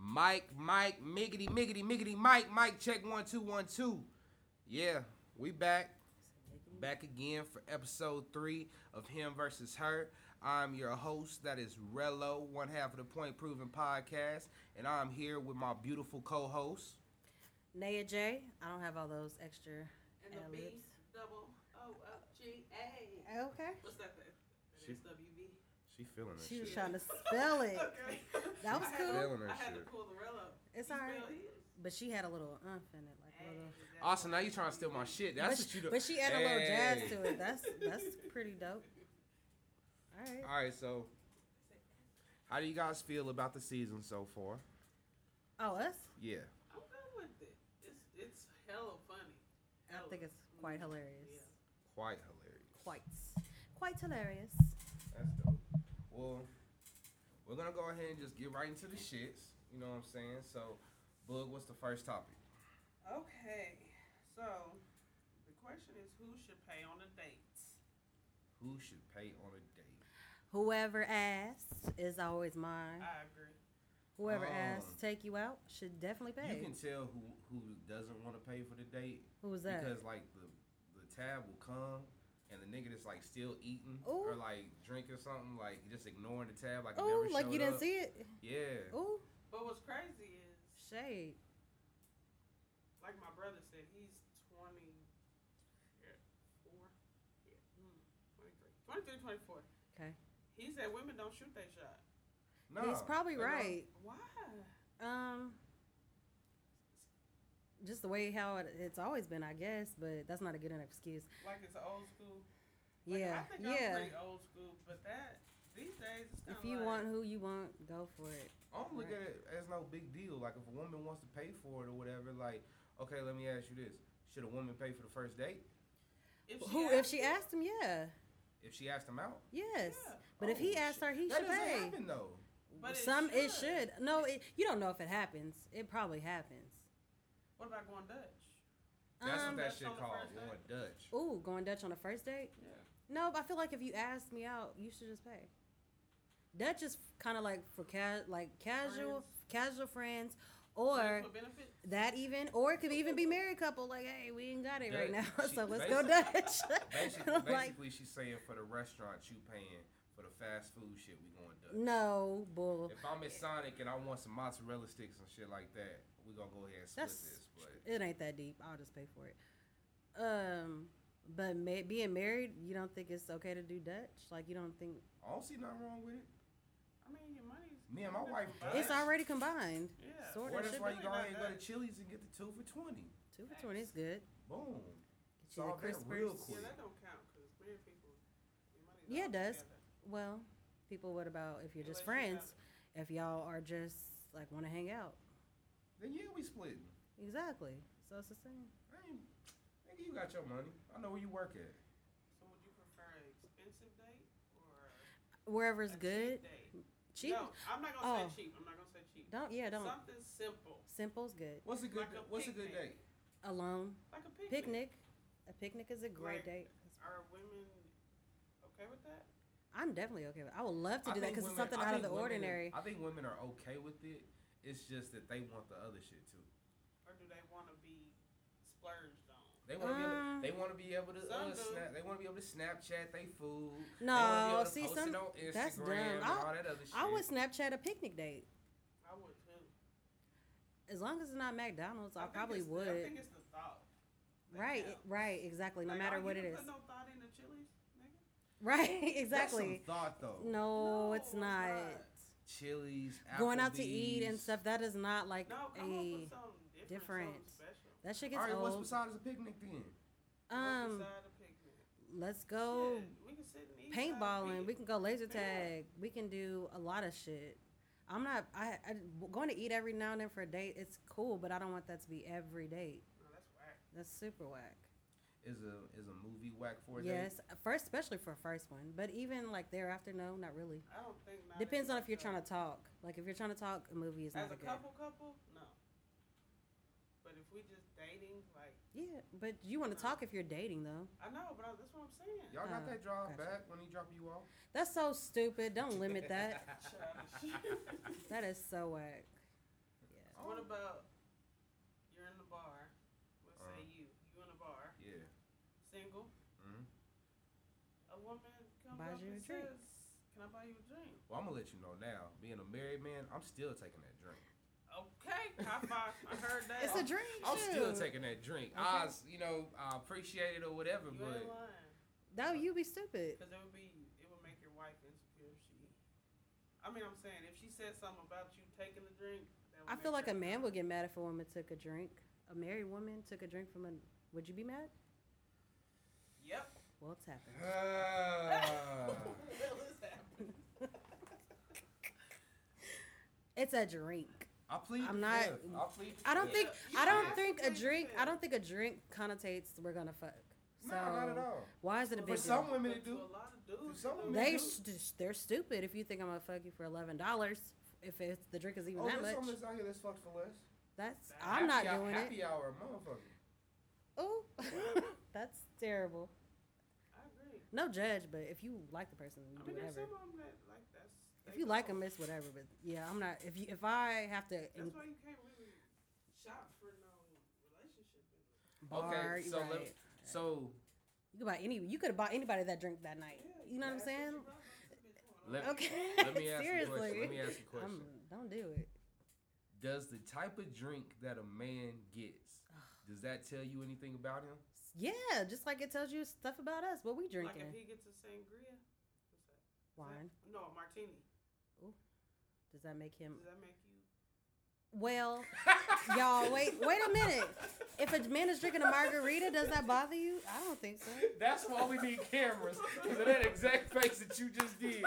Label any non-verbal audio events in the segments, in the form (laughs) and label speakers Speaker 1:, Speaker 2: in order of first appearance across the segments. Speaker 1: Mike, Mike, miggity, miggity, miggity, Mike, Mike, check one, two, one, two. Yeah, we back. Back again for episode three of Him versus Her. I'm your host, that is Rello, one half of the Point Proven podcast, and I'm here with my beautiful co host.
Speaker 2: Naya J. I don't have all those extra.
Speaker 3: And the B
Speaker 2: ad-libs.
Speaker 3: double O F G A.
Speaker 2: Okay.
Speaker 3: What's that then?
Speaker 1: She-
Speaker 3: That's WB.
Speaker 1: She feeling that
Speaker 2: She was
Speaker 1: shit.
Speaker 2: trying to spell it,
Speaker 3: (laughs) Okay.
Speaker 2: That was
Speaker 3: I had
Speaker 2: cool.
Speaker 3: to-
Speaker 1: Feeling her
Speaker 3: I had to
Speaker 1: shit.
Speaker 3: pull the rail up.
Speaker 2: It's
Speaker 3: You
Speaker 2: all right.
Speaker 3: spell his.
Speaker 2: but she had a little umph in it, like a
Speaker 3: Hey,
Speaker 2: little.
Speaker 3: exactly.
Speaker 1: Awesome, now you trying to steal my shit. That's
Speaker 2: but,
Speaker 1: what you
Speaker 2: she,
Speaker 1: do.
Speaker 2: but she added a little jazz
Speaker 1: Hey.
Speaker 2: to it. That's that's pretty dope. All right.
Speaker 1: All right, so how do you guys feel about the season so far?
Speaker 2: Oh, us.
Speaker 1: Yeah.
Speaker 3: I'm good with it. It's it's hella funny.
Speaker 2: I think it's quite hilarious.
Speaker 3: Yeah.
Speaker 1: Quite hilarious.
Speaker 2: Quite, quite hilarious.
Speaker 1: That's dope. Well, we're gonna go ahead and just get right into the shits. You know what I'm saying? So, Bug, what's the first topic?
Speaker 3: Okay, so the question is who should pay on the dates?
Speaker 1: Who should pay on a date?
Speaker 2: Whoever asks is always mine.
Speaker 3: I agree.
Speaker 2: Whoever
Speaker 1: Oh.
Speaker 2: asks to take you out should definitely
Speaker 1: You
Speaker 2: pay.
Speaker 1: can tell who who doesn't want to pay for the date
Speaker 2: Who was that?
Speaker 1: because like the the tab will come. And the nigga that's like still eating or
Speaker 2: Ooh.
Speaker 1: like drinking something, like just ignoring the tab, like it
Speaker 2: Oh,
Speaker 1: never
Speaker 2: like
Speaker 1: showed
Speaker 2: you didn't
Speaker 1: up.
Speaker 2: see it.
Speaker 1: Yeah.
Speaker 2: Oh,
Speaker 3: But what's crazy is,
Speaker 2: shade.
Speaker 3: like my brother said, he's 24. Yeah. Mm, 23. 23, 24.
Speaker 2: Okay.
Speaker 3: He said women don't shoot they shot.
Speaker 1: No,
Speaker 2: He's probably
Speaker 1: they don't.
Speaker 2: right.
Speaker 3: Why?
Speaker 2: Um, just the way how it, it's always been, I guess, but that's not a good enough excuse.
Speaker 3: Like it's old school. Like,
Speaker 2: Yeah,
Speaker 3: I think I'm
Speaker 2: yeah.
Speaker 3: pretty old school, but that these days it's kind
Speaker 2: If you
Speaker 3: like,
Speaker 2: want who you want, go for it.
Speaker 1: I don't look at it as no big deal. Like if a woman wants to pay for it or whatever, like okay, let me ask you this: Should a woman pay for the first date
Speaker 3: if she
Speaker 2: Who, if
Speaker 3: asked
Speaker 2: she
Speaker 3: you-
Speaker 2: asked him, yeah,
Speaker 1: if she asked him out?
Speaker 2: yes.
Speaker 3: Yeah.
Speaker 2: But if
Speaker 1: Oh,
Speaker 2: he
Speaker 1: shit.
Speaker 2: asked her, he
Speaker 1: that
Speaker 2: should
Speaker 1: doesn't
Speaker 2: pay.
Speaker 1: happen though.
Speaker 3: But it
Speaker 2: Some it
Speaker 3: should.
Speaker 2: should. No, it, you don't know if it happens. It probably happens.
Speaker 3: What about going Dutch?
Speaker 1: That's
Speaker 2: Um,
Speaker 1: what that
Speaker 3: That's
Speaker 1: shit
Speaker 3: on the
Speaker 1: called
Speaker 3: first
Speaker 1: going
Speaker 2: (laughs)
Speaker 1: Dutch.
Speaker 2: ooh, going Dutch on a first date?
Speaker 3: Yeah.
Speaker 2: No, but I feel like if you asked me out, you should just pay. Dutch is kind of like for ca- like casual casual friends, or.
Speaker 3: Friends with benefits?
Speaker 2: That even, or it could even be married couple. Like, hey, we ain't got it right
Speaker 1: Dutch.
Speaker 2: now, (laughs)
Speaker 1: She-
Speaker 2: so let's go
Speaker 3: basic-
Speaker 2: Dutch.
Speaker 1: (laughs) Basically,
Speaker 2: I'm (laughs) like,
Speaker 1: basically, she's saying for the restaurant, you paying for the fast food shit. We going Dutch.
Speaker 2: no, bull.
Speaker 1: If I'm at Sonic and I want some mozzarella sticks and shit like that, we gonna go ahead and split
Speaker 2: That's-
Speaker 1: this. But
Speaker 2: It ain't that deep. I'll just pay for it. Um, but ma- being married, you don't think it's okay to do Dutch? Like, you don't think
Speaker 1: I don't see nothing wrong with it.
Speaker 3: I mean, your money's.
Speaker 1: Me and my
Speaker 3: coming
Speaker 1: wife
Speaker 3: from
Speaker 1: Dutch.
Speaker 2: it's already combined?
Speaker 3: Yeah.
Speaker 2: Sort
Speaker 1: Or
Speaker 2: of
Speaker 1: that's
Speaker 2: should
Speaker 1: why
Speaker 2: be.
Speaker 1: you go ahead and go to Chili's and get the two for twenty.
Speaker 2: Two for twenty is good.
Speaker 1: Boom.
Speaker 2: Get you
Speaker 1: Solve
Speaker 2: the
Speaker 1: that real
Speaker 2: crispers.
Speaker 3: Yeah,
Speaker 1: quick.
Speaker 3: that don't count because married people. Your money's
Speaker 2: Yeah, it
Speaker 3: all
Speaker 2: does.
Speaker 3: together.
Speaker 2: Well, people, what about if you're just
Speaker 3: Unless you
Speaker 2: friends? If y'all are just like want to hang out,
Speaker 1: Then yeah, we splitting.
Speaker 2: exactly. So it's the same.
Speaker 1: I ain't, nigga, you got your money. I know where you work at.
Speaker 3: So would you prefer an expensive date or
Speaker 2: Wherever's
Speaker 3: a
Speaker 2: good,
Speaker 3: cheap date?
Speaker 2: cheap.
Speaker 3: No, I'm not gonna
Speaker 2: Oh.
Speaker 3: say cheap. I'm not gonna say cheap.
Speaker 2: Don't yeah, don't.
Speaker 3: Something simple,
Speaker 2: Simple's good.
Speaker 1: What's a good
Speaker 3: Like a
Speaker 1: What's a good date?
Speaker 3: picnic.
Speaker 2: Alone.
Speaker 3: like a picnic.
Speaker 2: Picnic. A picnic is a great
Speaker 3: Right.
Speaker 2: date.
Speaker 3: Are women okay with that?
Speaker 2: I'm definitely okay with it. I would love to
Speaker 1: I
Speaker 2: do that
Speaker 1: think
Speaker 2: because it's
Speaker 1: women-
Speaker 2: something
Speaker 1: I
Speaker 2: out of
Speaker 1: think
Speaker 2: the
Speaker 1: women-
Speaker 2: ordinary.
Speaker 1: I think women are okay with it. It's just that they want the other shit too.
Speaker 3: Or do they want to be splurged on?
Speaker 1: They want to
Speaker 2: Um,
Speaker 1: be able. They want to be able to.
Speaker 3: some
Speaker 1: Uh,
Speaker 3: do.
Speaker 1: snap, they want to be able to Snapchat they food. They wanna be
Speaker 2: No,
Speaker 1: able to
Speaker 2: see,
Speaker 1: post it
Speaker 2: some
Speaker 1: on
Speaker 2: that's
Speaker 1: Instagram
Speaker 2: dumb.
Speaker 1: and
Speaker 2: I-
Speaker 1: all that other shit.
Speaker 2: I would Snapchat a picnic date
Speaker 3: I would too.
Speaker 2: as long as it's not McDonald's. I,
Speaker 3: think
Speaker 2: probably
Speaker 3: it's the- I
Speaker 2: would.
Speaker 3: think it's the thought. Like,
Speaker 2: Right,
Speaker 3: yeah.
Speaker 2: it- right, exactly. No
Speaker 3: Like,
Speaker 2: matter
Speaker 3: oh,
Speaker 2: what
Speaker 3: you
Speaker 2: it
Speaker 3: didn't
Speaker 2: is.
Speaker 3: Put no thought into Chili's, nigga.
Speaker 2: (laughs) Right,
Speaker 1: That's some
Speaker 2: exactly.
Speaker 1: thought though.
Speaker 2: No, it's
Speaker 3: No,
Speaker 2: not.
Speaker 1: Chili's
Speaker 2: Going out to eat and
Speaker 1: Applebee's.
Speaker 2: stuff that is not like
Speaker 3: No, come up
Speaker 2: a
Speaker 3: with something different.
Speaker 2: different.
Speaker 3: Something special.
Speaker 2: that shit
Speaker 1: All
Speaker 2: gets
Speaker 1: right, what's
Speaker 2: old.
Speaker 1: besides a picnic then?
Speaker 3: What's
Speaker 2: Um,
Speaker 3: beside a picnic?
Speaker 2: let's go
Speaker 3: Shit, we can sit and eat
Speaker 2: paintballing.
Speaker 3: outside,
Speaker 2: We can go laser
Speaker 3: Yeah.
Speaker 2: tag. We can do a lot of shit. I'm not. I, I going to eat every now and then for a date. It's cool, but I don't want that to be every date.
Speaker 3: No, Oh, that's whack.
Speaker 2: That's super whack.
Speaker 1: Is a is a movie whack for a date?
Speaker 2: yes, first especially for a first one, but even like thereafter, no, not really.
Speaker 3: I don't think. not
Speaker 2: Depends on if you're
Speaker 3: everybody
Speaker 2: trying to talk. Like if you're trying to talk, a movie is
Speaker 3: does. As
Speaker 2: not
Speaker 3: a
Speaker 2: a good.
Speaker 3: couple, couple, no. But if we just dating, like
Speaker 2: Yeah, but you want to talk if you're dating though.
Speaker 3: I know, but I, that's what I'm saying.
Speaker 1: Y'all got
Speaker 2: Uh,
Speaker 1: that drive
Speaker 2: gotcha.
Speaker 1: back when he drop you off?
Speaker 2: That's
Speaker 3: (laughs)
Speaker 1: (laughs)
Speaker 2: so stupid. Don't limit that.
Speaker 3: Childish. (laughs)
Speaker 2: that is so whack.
Speaker 1: Oh, Uh-huh. Mm-hmm.
Speaker 3: woman comes
Speaker 2: Buys
Speaker 3: up
Speaker 2: you a
Speaker 3: and
Speaker 2: drink.
Speaker 3: says, "Can I buy you a drink?"
Speaker 1: Well, I'm gonna let you know now. Being a married man, I'm still taking that drink.
Speaker 3: Okay, high five. I heard that.
Speaker 2: It's a drink.
Speaker 1: (laughs) I'm still
Speaker 2: shoot.
Speaker 1: taking that drink.
Speaker 2: Okay.
Speaker 1: I, s- you know, I appreciate it or whatever,
Speaker 3: You
Speaker 1: but
Speaker 3: ain't lying.
Speaker 2: No, you be stupid.
Speaker 3: Because it would be, it would make your wife insecure if she. I mean, I'm saying if she said something about you taking the drink. That would
Speaker 2: I
Speaker 3: make
Speaker 2: feel like
Speaker 3: her
Speaker 2: a man
Speaker 3: upset.
Speaker 2: would get mad if a woman took a drink. A married woman took a drink from a. Would you be mad?
Speaker 3: Yep.
Speaker 2: Well, it's happened.
Speaker 3: (laughs)
Speaker 1: (laughs) Ah.
Speaker 3: What is happening?
Speaker 2: It's a drink.
Speaker 1: I plead.
Speaker 2: I'm
Speaker 1: the
Speaker 2: not-
Speaker 1: fifth. I plead. the
Speaker 2: I don't
Speaker 1: fifth.
Speaker 2: think.
Speaker 3: You
Speaker 2: I
Speaker 3: have
Speaker 2: don't
Speaker 3: to
Speaker 2: think a
Speaker 3: plead the
Speaker 2: drink. I
Speaker 3: fifth.
Speaker 2: don't think a drink connotates we're gonna fuck. So
Speaker 1: No, not at all.
Speaker 2: why is it a
Speaker 1: For
Speaker 2: big
Speaker 1: some
Speaker 2: deal?
Speaker 1: women-
Speaker 3: But
Speaker 1: it
Speaker 3: to
Speaker 1: do.
Speaker 3: A lot of dudes.
Speaker 1: some
Speaker 3: it don't
Speaker 1: women
Speaker 2: They
Speaker 3: do.
Speaker 1: do.
Speaker 2: s- they're stupid if you think I'm gonna fuck you for eleven dollars. If it's, the drink is even
Speaker 1: Oh,
Speaker 2: that
Speaker 1: there's
Speaker 2: much,
Speaker 1: some that's out here that's fucked for less.
Speaker 2: that's
Speaker 3: That
Speaker 2: I'm not
Speaker 1: Happy hou-
Speaker 2: doing it.
Speaker 1: Happy hour, motherfucker.
Speaker 2: Oh, (laughs) that's terrible.
Speaker 3: I agree.
Speaker 2: No judge, but if you like the person, you
Speaker 3: I
Speaker 2: do
Speaker 3: mean, there's
Speaker 2: whatever.
Speaker 3: some of them that like that's.
Speaker 2: If
Speaker 3: they
Speaker 2: you like
Speaker 3: go.
Speaker 2: them, it's whatever. But yeah, I'm not. If you if I have to
Speaker 3: That's why you can't really shop for no relationship.
Speaker 2: bar,
Speaker 1: so let-
Speaker 2: right. (laughs)
Speaker 1: So
Speaker 2: You could buy any. You could have bought anybody that drink that night.
Speaker 3: Yeah,
Speaker 2: You know what I'm
Speaker 3: ask
Speaker 2: saying?
Speaker 3: your brother, this bitch going
Speaker 1: Let-
Speaker 3: on.
Speaker 2: Okay.
Speaker 3: (laughs)
Speaker 1: let me ask you a
Speaker 2: (laughs) Seriously.
Speaker 1: question. Let me ask you a question.
Speaker 2: I'm, don't do it.
Speaker 1: Does the type of drink that a man gets, does that tell you anything about him?
Speaker 2: Yeah, just like it tells you stuff about us, what we
Speaker 3: Like
Speaker 2: drinking.
Speaker 3: if he gets a sangria. what's that? Is that-
Speaker 2: Wine.
Speaker 3: No, a martini.
Speaker 2: Does that make him?
Speaker 3: Does that make (laughs) you?
Speaker 2: Well, y'all, wait, wait a minute. If a man is drinking a margarita, does that bother you? I don't think so.
Speaker 1: That's why we need cameras. Because of that exact face that you just did.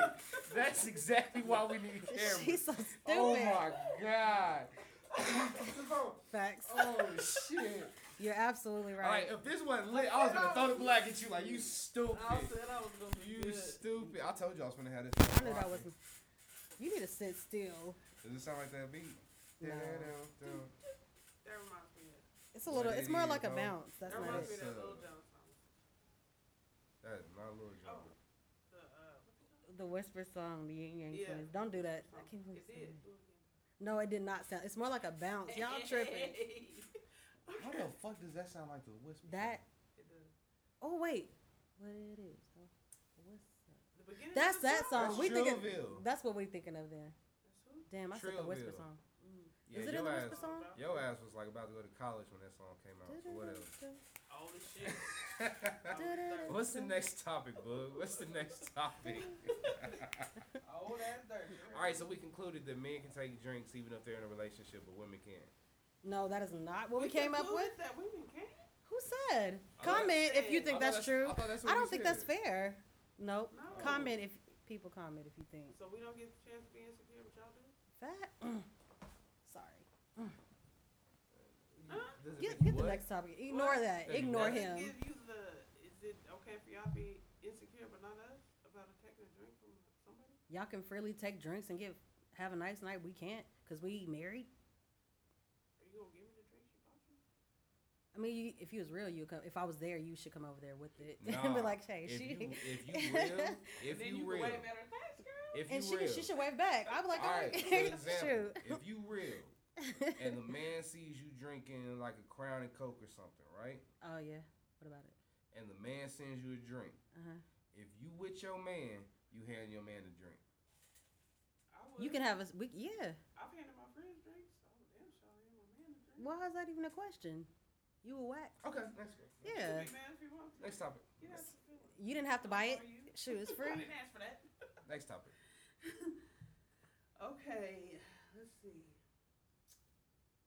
Speaker 1: That's exactly why we
Speaker 2: (laughs)
Speaker 1: need cameras.
Speaker 2: She's so stupid.
Speaker 1: oh my god. (laughs)
Speaker 2: Facts.
Speaker 1: oh shit.
Speaker 2: You're absolutely
Speaker 1: All right,
Speaker 2: right.
Speaker 1: if this wasn't lit, I was gonna throw the black at you like you stupid.
Speaker 3: said I was gonna
Speaker 1: You stupid. I told you I was gonna have this.
Speaker 2: I knew that was. You need to sit still.
Speaker 1: Does it sound like that beat?
Speaker 2: No.
Speaker 3: That reminds me. Of,
Speaker 2: It's a little. It's more like a bounce. That's
Speaker 3: that
Speaker 1: Never
Speaker 2: not
Speaker 1: mind.
Speaker 3: reminds me
Speaker 2: it.
Speaker 3: of that
Speaker 1: So-
Speaker 3: little John song. Oh,
Speaker 1: That is my little joke.
Speaker 3: The uh, what the-
Speaker 2: The whisper song, the Yin Yang
Speaker 3: Yeah.
Speaker 2: Twins. Don't do that. I can't believe
Speaker 3: it did.
Speaker 2: it. No, it did not sound. It's more like a bounce.
Speaker 1: (laughs)
Speaker 3: (laughs)
Speaker 2: Y'all tripping.
Speaker 1: How the fuck does that sound like the whisper?
Speaker 2: Oh. That.
Speaker 3: It does.
Speaker 2: Oh wait, what it is? huh? What's that?
Speaker 3: The beginning. of
Speaker 2: That's
Speaker 3: the
Speaker 2: that song.
Speaker 1: That's
Speaker 2: we thinking.
Speaker 1: Trillville.
Speaker 2: That's what we thinking of then.
Speaker 3: That's who?
Speaker 2: Damn, I said the whisper
Speaker 1: Trillville.
Speaker 2: song.
Speaker 3: Mm.
Speaker 1: Yeah,
Speaker 2: is it
Speaker 1: your
Speaker 2: in the
Speaker 1: ass,
Speaker 2: whisper song?
Speaker 1: Your ass was like about to go to college when that song came out. So
Speaker 3: All this shit.
Speaker 1: whatever. (laughs)
Speaker 3: All
Speaker 1: What's the next topic, bud? What's the next topic? (laughs)
Speaker 3: that dirt.
Speaker 1: All right, so we concluded that men can take drinks even if they're in a relationship, but women can't.
Speaker 2: No, that is not what we, came up with.
Speaker 3: concluded That women can.
Speaker 2: Who said?
Speaker 1: I thought-
Speaker 2: Comment if you
Speaker 1: I
Speaker 3: I
Speaker 1: thought
Speaker 2: think that's true.
Speaker 1: I, thought Oh, that's Oh. what
Speaker 2: I
Speaker 1: you
Speaker 2: don't think that's
Speaker 1: said.
Speaker 2: fair. Nope.
Speaker 3: No.
Speaker 2: Comment if people comment if you think
Speaker 3: So we don't get the chance to be insecure, but y'all do.
Speaker 2: that. (clears throat) Sorry.
Speaker 3: Huh?
Speaker 1: Does it
Speaker 2: Get,
Speaker 1: make
Speaker 2: get the
Speaker 1: what?
Speaker 2: next topic. Ignore
Speaker 3: What?
Speaker 2: that.
Speaker 1: Does it
Speaker 2: Ignore
Speaker 1: matter?
Speaker 2: him.
Speaker 3: Give you the. Is it okay for y'all be insecure but not us about taking a drink from somebody?
Speaker 2: Y'all can freely take drinks and give have a nice night. We can't because we married.
Speaker 3: Are you gonna give me the drink she bought you?
Speaker 2: I mean, you, if you was real, you come. If I was there, you should come over there with it (laughs) and
Speaker 1: Nah,
Speaker 2: be like, "Hey,
Speaker 1: If
Speaker 2: (laughs) she."
Speaker 1: you, if you real, if
Speaker 3: then
Speaker 1: you,
Speaker 3: you
Speaker 1: real,
Speaker 3: can wave at her, thanks, girl.
Speaker 1: if you
Speaker 2: and she
Speaker 1: real.
Speaker 2: she should wave back. I'd be like,
Speaker 1: All
Speaker 2: "All (laughs)
Speaker 1: right,
Speaker 2: right,
Speaker 1: for example,
Speaker 2: shoot."
Speaker 1: if you real
Speaker 2: (laughs)
Speaker 1: and the man sees you drinking like a Crown and Coke or something, right?
Speaker 2: oh yeah. What about it?
Speaker 1: And the man sends you a drink.
Speaker 2: Uh huh.
Speaker 1: If you with your man, you hand your man a drink.
Speaker 3: I
Speaker 2: You can
Speaker 3: would.
Speaker 2: have us. We, yeah.
Speaker 3: I've handed my friends drinks. I would damn sure hand my man a drink.
Speaker 2: Why is that even a question? You were whack.
Speaker 1: Okay, next one.
Speaker 3: You
Speaker 2: Yeah.
Speaker 3: can be mad if you want to.
Speaker 1: Next topic.
Speaker 3: You have to feel it.
Speaker 2: You didn't have to buy it.
Speaker 3: Are you-
Speaker 2: Shoot, it's
Speaker 3: I
Speaker 2: free.
Speaker 3: didn't ask for that.
Speaker 1: Next topic.
Speaker 3: okay, let's see.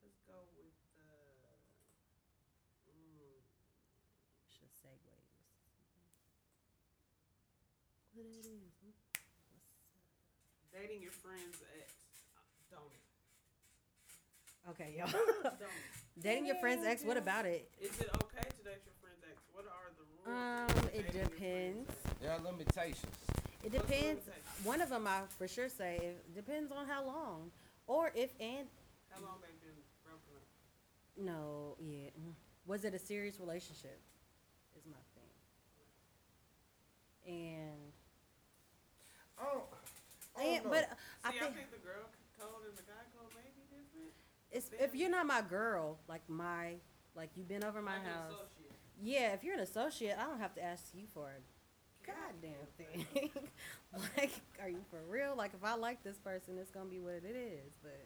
Speaker 3: Let's go with uh, mm,
Speaker 2: Should segue. What it is?
Speaker 3: dating your friend's ex. Uh, Don't it?
Speaker 2: Okay, y'all. (laughs)
Speaker 3: Don't it?
Speaker 2: Dating your friend's ex. What about it?
Speaker 3: Is it okay to date your friend's ex? What are the rules?
Speaker 2: Um,
Speaker 3: for
Speaker 2: it
Speaker 3: dating your
Speaker 2: depends.
Speaker 3: friend's ex?
Speaker 1: There are limitations.
Speaker 2: It
Speaker 3: What's the
Speaker 2: depends.
Speaker 3: limitation?
Speaker 2: One of them, I for sure say, it depends on how long, or if and
Speaker 3: How long they've been broken up?
Speaker 2: no, yeah, mm. was it a serious relationship? Is my thing. And,
Speaker 1: Oh,
Speaker 2: and but I
Speaker 3: See, I
Speaker 2: think
Speaker 3: think the girl code and the guy code may be different.
Speaker 2: it's if
Speaker 3: family-
Speaker 2: you're not my girl, like my, like you've been over my
Speaker 3: Like an
Speaker 2: house.
Speaker 3: associate.
Speaker 2: Yeah, if you're an associate, I don't have to ask you for it. goddamn thing. (laughs) like, are you for real? Like, if I like this person, it's gonna be what it is. But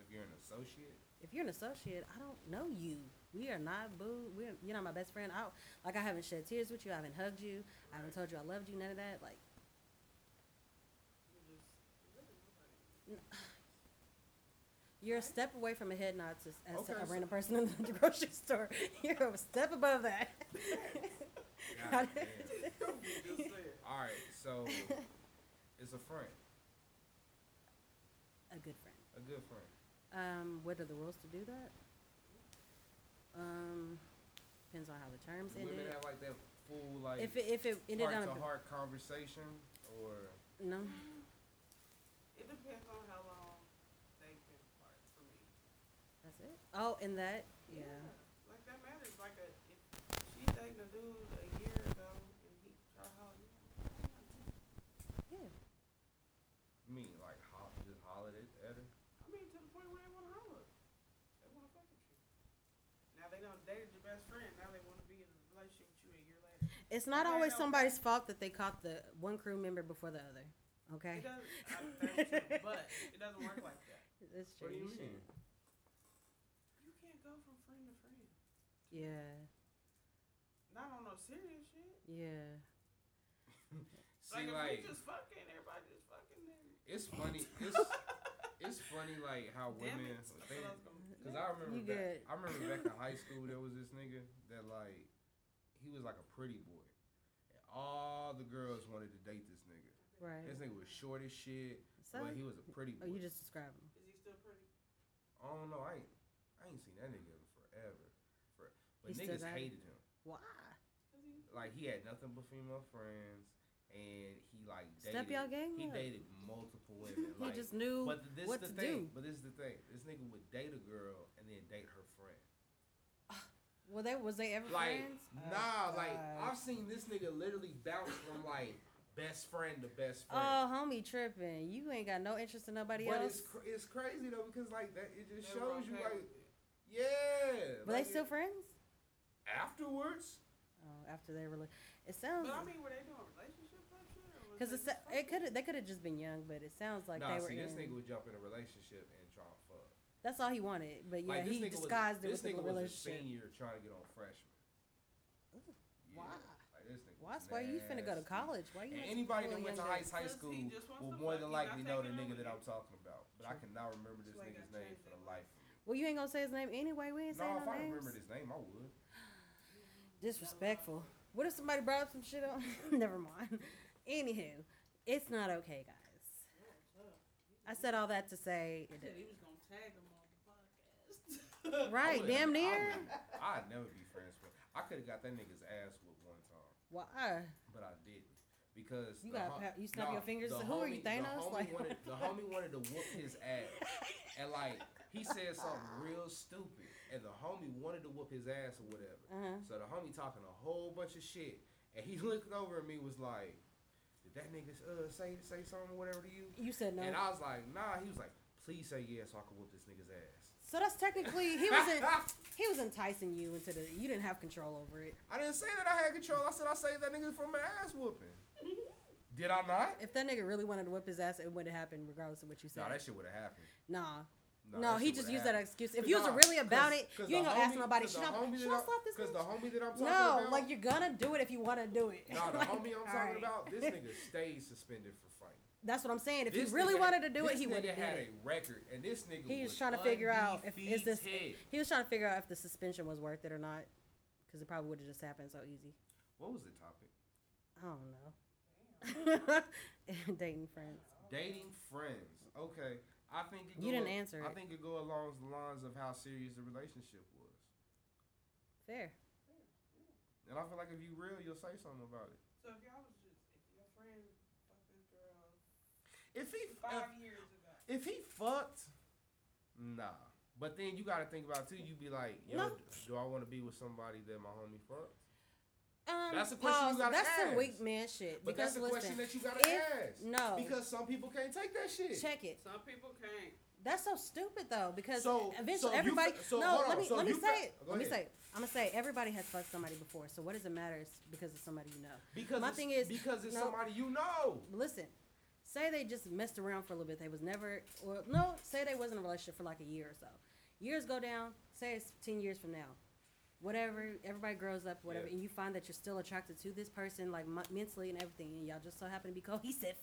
Speaker 1: If you're an associate,
Speaker 2: if you're an associate, I don't know you. We are not boo. We're you're not my best friend. I like I haven't shed tears with you. I haven't hugged you. I haven't told you I loved you. None of that. Like, you're a step away from a head nod to s- as to
Speaker 1: Okay,
Speaker 2: a
Speaker 1: so-
Speaker 2: random person in the (laughs) grocery store. You're a step above that.
Speaker 1: (laughs) God
Speaker 3: Just saying.
Speaker 1: all right. So it's a friend,
Speaker 2: (laughs) a good friend.
Speaker 1: a good friend.
Speaker 2: Um, what are the rules to do that? Um, depends on how the terms
Speaker 1: Do women
Speaker 2: ended.
Speaker 1: have like that full like
Speaker 2: If it, if it ended
Speaker 1: heart
Speaker 2: on
Speaker 1: to
Speaker 2: a
Speaker 1: heart conversation, or
Speaker 2: no,
Speaker 3: It depends on how long they've been apart for me.
Speaker 2: that's it. Oh, and that yeah.
Speaker 3: Like that matters. Like a, if she's dating a dude a year ago and he try to holler, yeah,
Speaker 1: you mean like ho- just hollered at her?
Speaker 3: I mean to the point where they want to holler, they want to fuck with you. Now they done dated your best friend. Now they want to be in a relationship with you a year later.
Speaker 2: It's not
Speaker 3: Yeah, I
Speaker 2: always
Speaker 3: know.
Speaker 2: somebody's fault that they caught the one crew member before the other. Okay, (laughs)
Speaker 3: It doesn't. I, that's true, but it doesn't work like that.
Speaker 2: that's
Speaker 1: What
Speaker 2: true.
Speaker 1: do you mean?
Speaker 2: should-
Speaker 3: You can't go from friend to friend.
Speaker 2: Yeah,
Speaker 3: Not on no serious shit.
Speaker 2: yeah.
Speaker 1: See,
Speaker 3: like,
Speaker 1: like
Speaker 3: if we just fucking, everybody just fucking. Then.
Speaker 1: it's
Speaker 3: (laughs)
Speaker 1: funny. It's it's funny like how
Speaker 3: Damn
Speaker 1: women
Speaker 3: it. That's
Speaker 1: they,
Speaker 3: what I was gonna-
Speaker 1: Cause I remember
Speaker 2: You
Speaker 1: back,
Speaker 2: good.
Speaker 1: I remember back in
Speaker 2: (laughs)
Speaker 1: high school there was this nigga that like he was like a pretty boy. And all the girls wanted to date this nigga.
Speaker 2: Right.
Speaker 1: This nigga was short as shit,
Speaker 2: So,
Speaker 1: but he was a pretty
Speaker 2: oh,
Speaker 1: boy.
Speaker 2: you just described him.
Speaker 3: Is he still pretty?
Speaker 1: I don't know, I ain't I ain't seen that nigga in forever. For, but
Speaker 2: He still
Speaker 1: niggas
Speaker 2: got it?
Speaker 1: hated him.
Speaker 2: Why?
Speaker 3: Is he?
Speaker 1: Like he had nothing but female friends and he like dated
Speaker 2: Step y'all game
Speaker 1: he
Speaker 2: up.
Speaker 1: dated multiple women.
Speaker 2: (laughs) He
Speaker 1: Like
Speaker 2: just knew
Speaker 1: but th- this
Speaker 2: what
Speaker 1: the
Speaker 2: to
Speaker 1: thing.
Speaker 2: do.
Speaker 1: But this is the thing. This nigga would date a girl and then date her friend.
Speaker 2: Well, they was they ever
Speaker 1: Like,
Speaker 2: friends? Oh,
Speaker 1: nah, like
Speaker 2: God.
Speaker 1: I've seen this nigga literally bounce from like best friend to best friend.
Speaker 2: Oh, homie, tripping. You ain't got no interest in nobody
Speaker 1: but it's
Speaker 2: else.
Speaker 1: cr- it's crazy though because like that it just
Speaker 3: They were
Speaker 1: shows you
Speaker 3: okay
Speaker 1: like
Speaker 3: with it.
Speaker 1: yeah.
Speaker 2: But
Speaker 1: like,
Speaker 2: they still
Speaker 1: it-
Speaker 2: friends?
Speaker 1: afterwards.
Speaker 2: Oh, after they really, it sounds
Speaker 3: But I mean, were they doing relationship type shit? or was
Speaker 2: because
Speaker 3: they
Speaker 2: it,
Speaker 3: just
Speaker 2: it
Speaker 3: fucking?
Speaker 2: could they could have just been young, but it sounds like
Speaker 1: nah,
Speaker 2: they were
Speaker 1: see this
Speaker 2: in.
Speaker 1: nigga would jump in a relationship and try to fuck.
Speaker 2: that's all he wanted, but yeah,
Speaker 1: like this
Speaker 2: he
Speaker 1: nigga
Speaker 2: disguised it
Speaker 1: was,
Speaker 2: with
Speaker 1: this
Speaker 2: a
Speaker 1: nigga was a
Speaker 2: relationship.
Speaker 1: senior trying to get on freshman.
Speaker 2: Ooh,
Speaker 1: Yeah,
Speaker 2: why?
Speaker 1: Like, this nigga
Speaker 2: Why?
Speaker 1: was
Speaker 2: Why you finna go to
Speaker 1: nasty.
Speaker 2: college? Why you?
Speaker 1: And
Speaker 2: went
Speaker 1: anybody
Speaker 2: school
Speaker 1: that went to
Speaker 2: young
Speaker 1: high,
Speaker 2: days?
Speaker 1: high
Speaker 3: Cause he
Speaker 1: school
Speaker 3: just wants
Speaker 1: will
Speaker 3: to
Speaker 1: more
Speaker 3: fuck.
Speaker 1: than
Speaker 3: He not
Speaker 1: likely know the
Speaker 3: taking on
Speaker 1: nigga
Speaker 3: with
Speaker 1: that I'm
Speaker 3: you.
Speaker 1: talking about. But I
Speaker 2: True.
Speaker 1: cannot remember this
Speaker 3: That's why you
Speaker 1: nigga's
Speaker 3: gotta
Speaker 1: name
Speaker 3: change
Speaker 1: for
Speaker 3: that
Speaker 1: the life
Speaker 3: word.
Speaker 1: of me.
Speaker 2: Well, you ain't gonna say his name anyway. We ain't saying
Speaker 1: No, if
Speaker 2: no
Speaker 1: I
Speaker 2: names.
Speaker 1: remembered his name, I would.
Speaker 2: Disrespectful. What if somebody brought up some shit on? (laughs) Never mind. Anywho, it's not okay, guys. I said all that to say,
Speaker 3: I
Speaker 2: it
Speaker 3: said
Speaker 2: did-
Speaker 3: he was gonna tag them on the
Speaker 1: I
Speaker 2: (laughs)
Speaker 3: podcast.
Speaker 2: right?
Speaker 1: wouldn't-
Speaker 2: Damn
Speaker 1: I
Speaker 2: near.
Speaker 1: wouldn't- I'd never be friends with. I could have got that nigga's ass whooped one time,
Speaker 2: Why?
Speaker 1: but I didn't because
Speaker 2: You
Speaker 1: the
Speaker 2: got
Speaker 1: hom-
Speaker 2: pa- you snap
Speaker 1: nah,
Speaker 2: your fingers.
Speaker 1: the
Speaker 2: Who are
Speaker 1: homie-
Speaker 2: you,
Speaker 1: the
Speaker 2: Thanos?
Speaker 1: homie
Speaker 2: Like, (laughs)
Speaker 1: wanted- the homie wanted to whoop his ass, and like he said something real stupid, and the homie wanted to whoop his ass or whatever.
Speaker 2: Uh-huh.
Speaker 1: So the homie talking a whole bunch of shit, and he (laughs) looked over at me was like, "Did that nigga uh, say say something or whatever to you?"
Speaker 2: You said no.
Speaker 1: And I was like, "Nah." He was like, "Please say yes, so I can whoop this nigga's ass."
Speaker 2: so that's technically he was in, he was enticing you into the. You didn't have control over it.
Speaker 1: (laughs) I didn't say that I had control. I said I saved that nigga from an ass whooping. Did I not?
Speaker 2: If that nigga really wanted to whip his ass, it would have happened regardless of what you said.
Speaker 1: No, that shit would have happened.
Speaker 2: nah.
Speaker 1: Nah,
Speaker 2: no,
Speaker 1: that
Speaker 2: he
Speaker 1: shit
Speaker 2: just
Speaker 1: woulda
Speaker 2: used that
Speaker 1: happened.
Speaker 2: excuse. If you was
Speaker 1: Nah,
Speaker 2: really about
Speaker 1: 'cause-
Speaker 2: it,
Speaker 1: 'cause
Speaker 2: you ain't
Speaker 1: the
Speaker 2: gonna ask
Speaker 1: homie-
Speaker 2: nobody.
Speaker 1: 'cause
Speaker 2: Should
Speaker 1: the
Speaker 2: I,
Speaker 1: homie that
Speaker 2: should I
Speaker 1: I-
Speaker 2: slap this
Speaker 1: Cause the
Speaker 2: bitch?
Speaker 1: homie that I'm talking
Speaker 2: No,
Speaker 1: about.
Speaker 2: like you're gonna do it if you wanna do it.
Speaker 1: Nah, the
Speaker 2: (laughs) Like,
Speaker 1: homie I'm talking
Speaker 2: alright.
Speaker 1: about. This nigga stayed suspended for fighting.
Speaker 2: That's what I'm saying. If
Speaker 1: This
Speaker 2: he really
Speaker 1: nigga-
Speaker 2: wanted to do it,
Speaker 1: this
Speaker 2: he would
Speaker 1: nigga
Speaker 2: have
Speaker 1: had
Speaker 2: did it.
Speaker 1: a record, and this nigga
Speaker 2: He was
Speaker 1: was
Speaker 2: trying to figure out if is this.
Speaker 1: undefeated.
Speaker 2: He was trying to figure out if the suspension was worth it or not, because it probably would have just happened so easy.
Speaker 1: What was the topic?
Speaker 2: I don't know. (laughs) Dating friends.
Speaker 1: Dating friends. Okay, I think it
Speaker 2: You
Speaker 1: go-
Speaker 2: didn't answer
Speaker 1: I
Speaker 2: it.
Speaker 1: think it go along the lines of how serious the relationship was,
Speaker 2: Fair.
Speaker 1: and I feel like if you real, you'll say something about it.
Speaker 3: So if y'all was just, if your friend fucked this girl
Speaker 1: If he if
Speaker 3: five years ago,
Speaker 1: If he fucked, nah. But then you gotta think about it, too. You be like, yo,
Speaker 2: No.
Speaker 1: d- do I want to be with somebody that my homie fucked?
Speaker 2: Um,
Speaker 1: That's a question you
Speaker 2: pause.
Speaker 1: gotta
Speaker 2: That's some
Speaker 1: ask.
Speaker 2: weak man shit.
Speaker 1: But
Speaker 2: because
Speaker 1: that's the
Speaker 2: listen,
Speaker 1: question that you gotta
Speaker 2: if-
Speaker 1: ask.
Speaker 2: no.
Speaker 1: Because some people can't take that shit.
Speaker 2: check it. (laughs)
Speaker 3: some people can't.
Speaker 2: That's so stupid though, because
Speaker 1: So- so
Speaker 2: eventually
Speaker 1: you fe-
Speaker 2: everybody.
Speaker 1: so
Speaker 2: no,
Speaker 1: hold
Speaker 2: let
Speaker 1: on,
Speaker 2: me
Speaker 1: so
Speaker 2: let me
Speaker 1: you
Speaker 2: say
Speaker 1: fe-
Speaker 2: it.
Speaker 1: go
Speaker 2: Let me
Speaker 1: ahead.
Speaker 2: say it. I'm gonna say everybody has fucked somebody before. So what does it matter? It's because it's somebody you know.
Speaker 1: Because
Speaker 2: my
Speaker 1: it's-
Speaker 2: thing is
Speaker 1: because it's
Speaker 2: no,
Speaker 1: somebody you know.
Speaker 2: Listen, say they just messed around for a little bit. They was never or no. Say they was in a relationship for like a year or so. Years go down. Say it's ten years from now. Whatever, everybody grows up, whatever,
Speaker 1: Yeah.
Speaker 2: and you find that you're still attracted to this person, like m- mentally and everything, and y'all just so happen to
Speaker 1: (laughs)
Speaker 2: be (laughs) cohesive.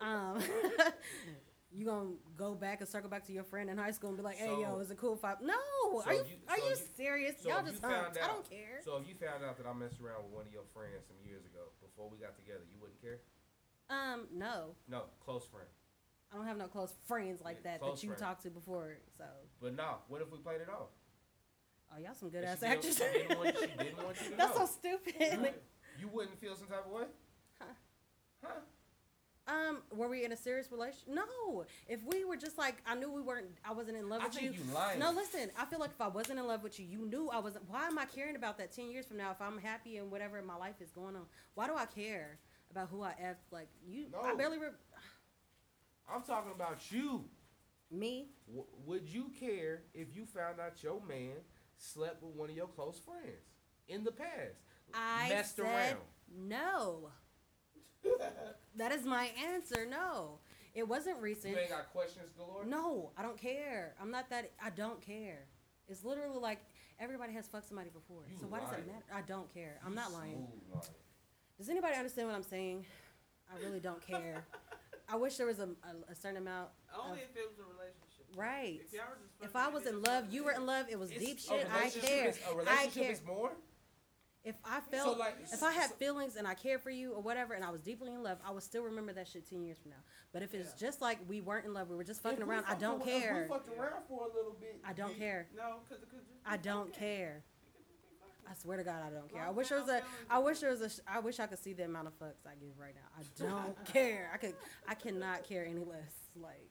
Speaker 2: um, (laughs) you gonna go back and circle back to your friend in high school and be like, "Hey, yo,
Speaker 1: So-
Speaker 2: it's a cool five. No,
Speaker 1: So
Speaker 2: are you,
Speaker 1: you-
Speaker 2: are
Speaker 1: so
Speaker 2: you,
Speaker 1: you-
Speaker 2: serious?
Speaker 1: so
Speaker 2: y'all
Speaker 1: you
Speaker 2: just humped.
Speaker 1: found
Speaker 2: I
Speaker 1: out.
Speaker 2: don't care.
Speaker 1: So if you found out that I messed around with one of your friends some years ago before we got together, you wouldn't care?
Speaker 2: um, no,
Speaker 1: No, close friend.
Speaker 2: I don't have no close friends like
Speaker 1: Yeah,
Speaker 2: that
Speaker 1: close
Speaker 2: that you
Speaker 1: friend.
Speaker 2: talked to before. So,
Speaker 1: But no, what if we played it off?
Speaker 2: oh, y'all some good
Speaker 1: And
Speaker 2: ass
Speaker 1: she didn't-
Speaker 2: actors.
Speaker 1: she didn't want-
Speaker 2: (laughs)
Speaker 1: she didn't want you to
Speaker 2: That's
Speaker 1: know.
Speaker 2: so stupid.
Speaker 1: You- You wouldn't feel some type of way?
Speaker 2: Huh.
Speaker 1: Huh?
Speaker 2: (laughs) um, were we in a serious relationship? No. If we were just like, I knew we weren't. I wasn't in love
Speaker 1: I
Speaker 2: with
Speaker 1: think you lying.
Speaker 2: No, listen. I feel like if I wasn't in love with you, you knew I wasn't. Why am I caring about that ten years from now? If I'm happy and whatever in my life is going on, why do I care about who I f? Like you, I
Speaker 1: No.
Speaker 2: barely re-
Speaker 1: I'm talking about you.
Speaker 2: me.
Speaker 1: W- would you care if you found out your man slept with one of your close friends in the past?
Speaker 2: I
Speaker 1: messed (laughs)
Speaker 2: said
Speaker 1: around.
Speaker 2: no. That is my answer. No, it wasn't recent.
Speaker 1: You ain't got questions galore?
Speaker 2: No, I don't care. I'm not that. I don't care. It's literally like everybody has fucked somebody before.
Speaker 1: You
Speaker 2: so why does it
Speaker 1: lying.
Speaker 2: matter? I don't care. I'm
Speaker 1: You
Speaker 2: not lying.
Speaker 1: smooth lying.
Speaker 2: Does anybody understand what I'm saying? I really don't
Speaker 1: (laughs)
Speaker 2: care. I wish there was a, a, a certain amount.
Speaker 3: Only if it was a relationship.
Speaker 2: Right.
Speaker 3: If y'all were just
Speaker 2: If
Speaker 3: fucking
Speaker 2: I
Speaker 3: and
Speaker 2: was
Speaker 3: it
Speaker 2: in
Speaker 3: just
Speaker 2: love,
Speaker 3: wasn't
Speaker 2: you were
Speaker 3: it.
Speaker 2: in love. It was
Speaker 1: It's-
Speaker 2: deep
Speaker 1: a
Speaker 2: shit. I
Speaker 1: relationship
Speaker 2: care.
Speaker 1: Is, a
Speaker 2: I
Speaker 1: relationship
Speaker 2: care.
Speaker 1: is more?
Speaker 2: If I felt,
Speaker 1: like,
Speaker 2: if I had
Speaker 1: so-
Speaker 2: feelings and I cared for you or whatever, and I was deeply in love, I would still remember that shit ten years from now. But if it's
Speaker 3: Yeah.
Speaker 2: just like we weren't in love, we were just
Speaker 1: if
Speaker 2: fucking
Speaker 1: we
Speaker 2: around. I
Speaker 1: fucked
Speaker 2: don't
Speaker 1: ar- if
Speaker 2: care.
Speaker 1: We fucked around for a little bit.
Speaker 2: I
Speaker 1: you-
Speaker 2: don't care.
Speaker 3: No, because it could just.
Speaker 2: I
Speaker 3: be
Speaker 2: don't
Speaker 3: fucking.
Speaker 2: care.
Speaker 3: It could just be fucking.
Speaker 2: I swear to God, I don't care. I
Speaker 3: Long
Speaker 2: wish there was a.
Speaker 3: time feelings
Speaker 2: I
Speaker 3: are
Speaker 2: wish there was a. sh- I wish I could see the amount of fucks I give right now.
Speaker 3: (laughs)
Speaker 2: I don't care. I could. I cannot care any less. Like.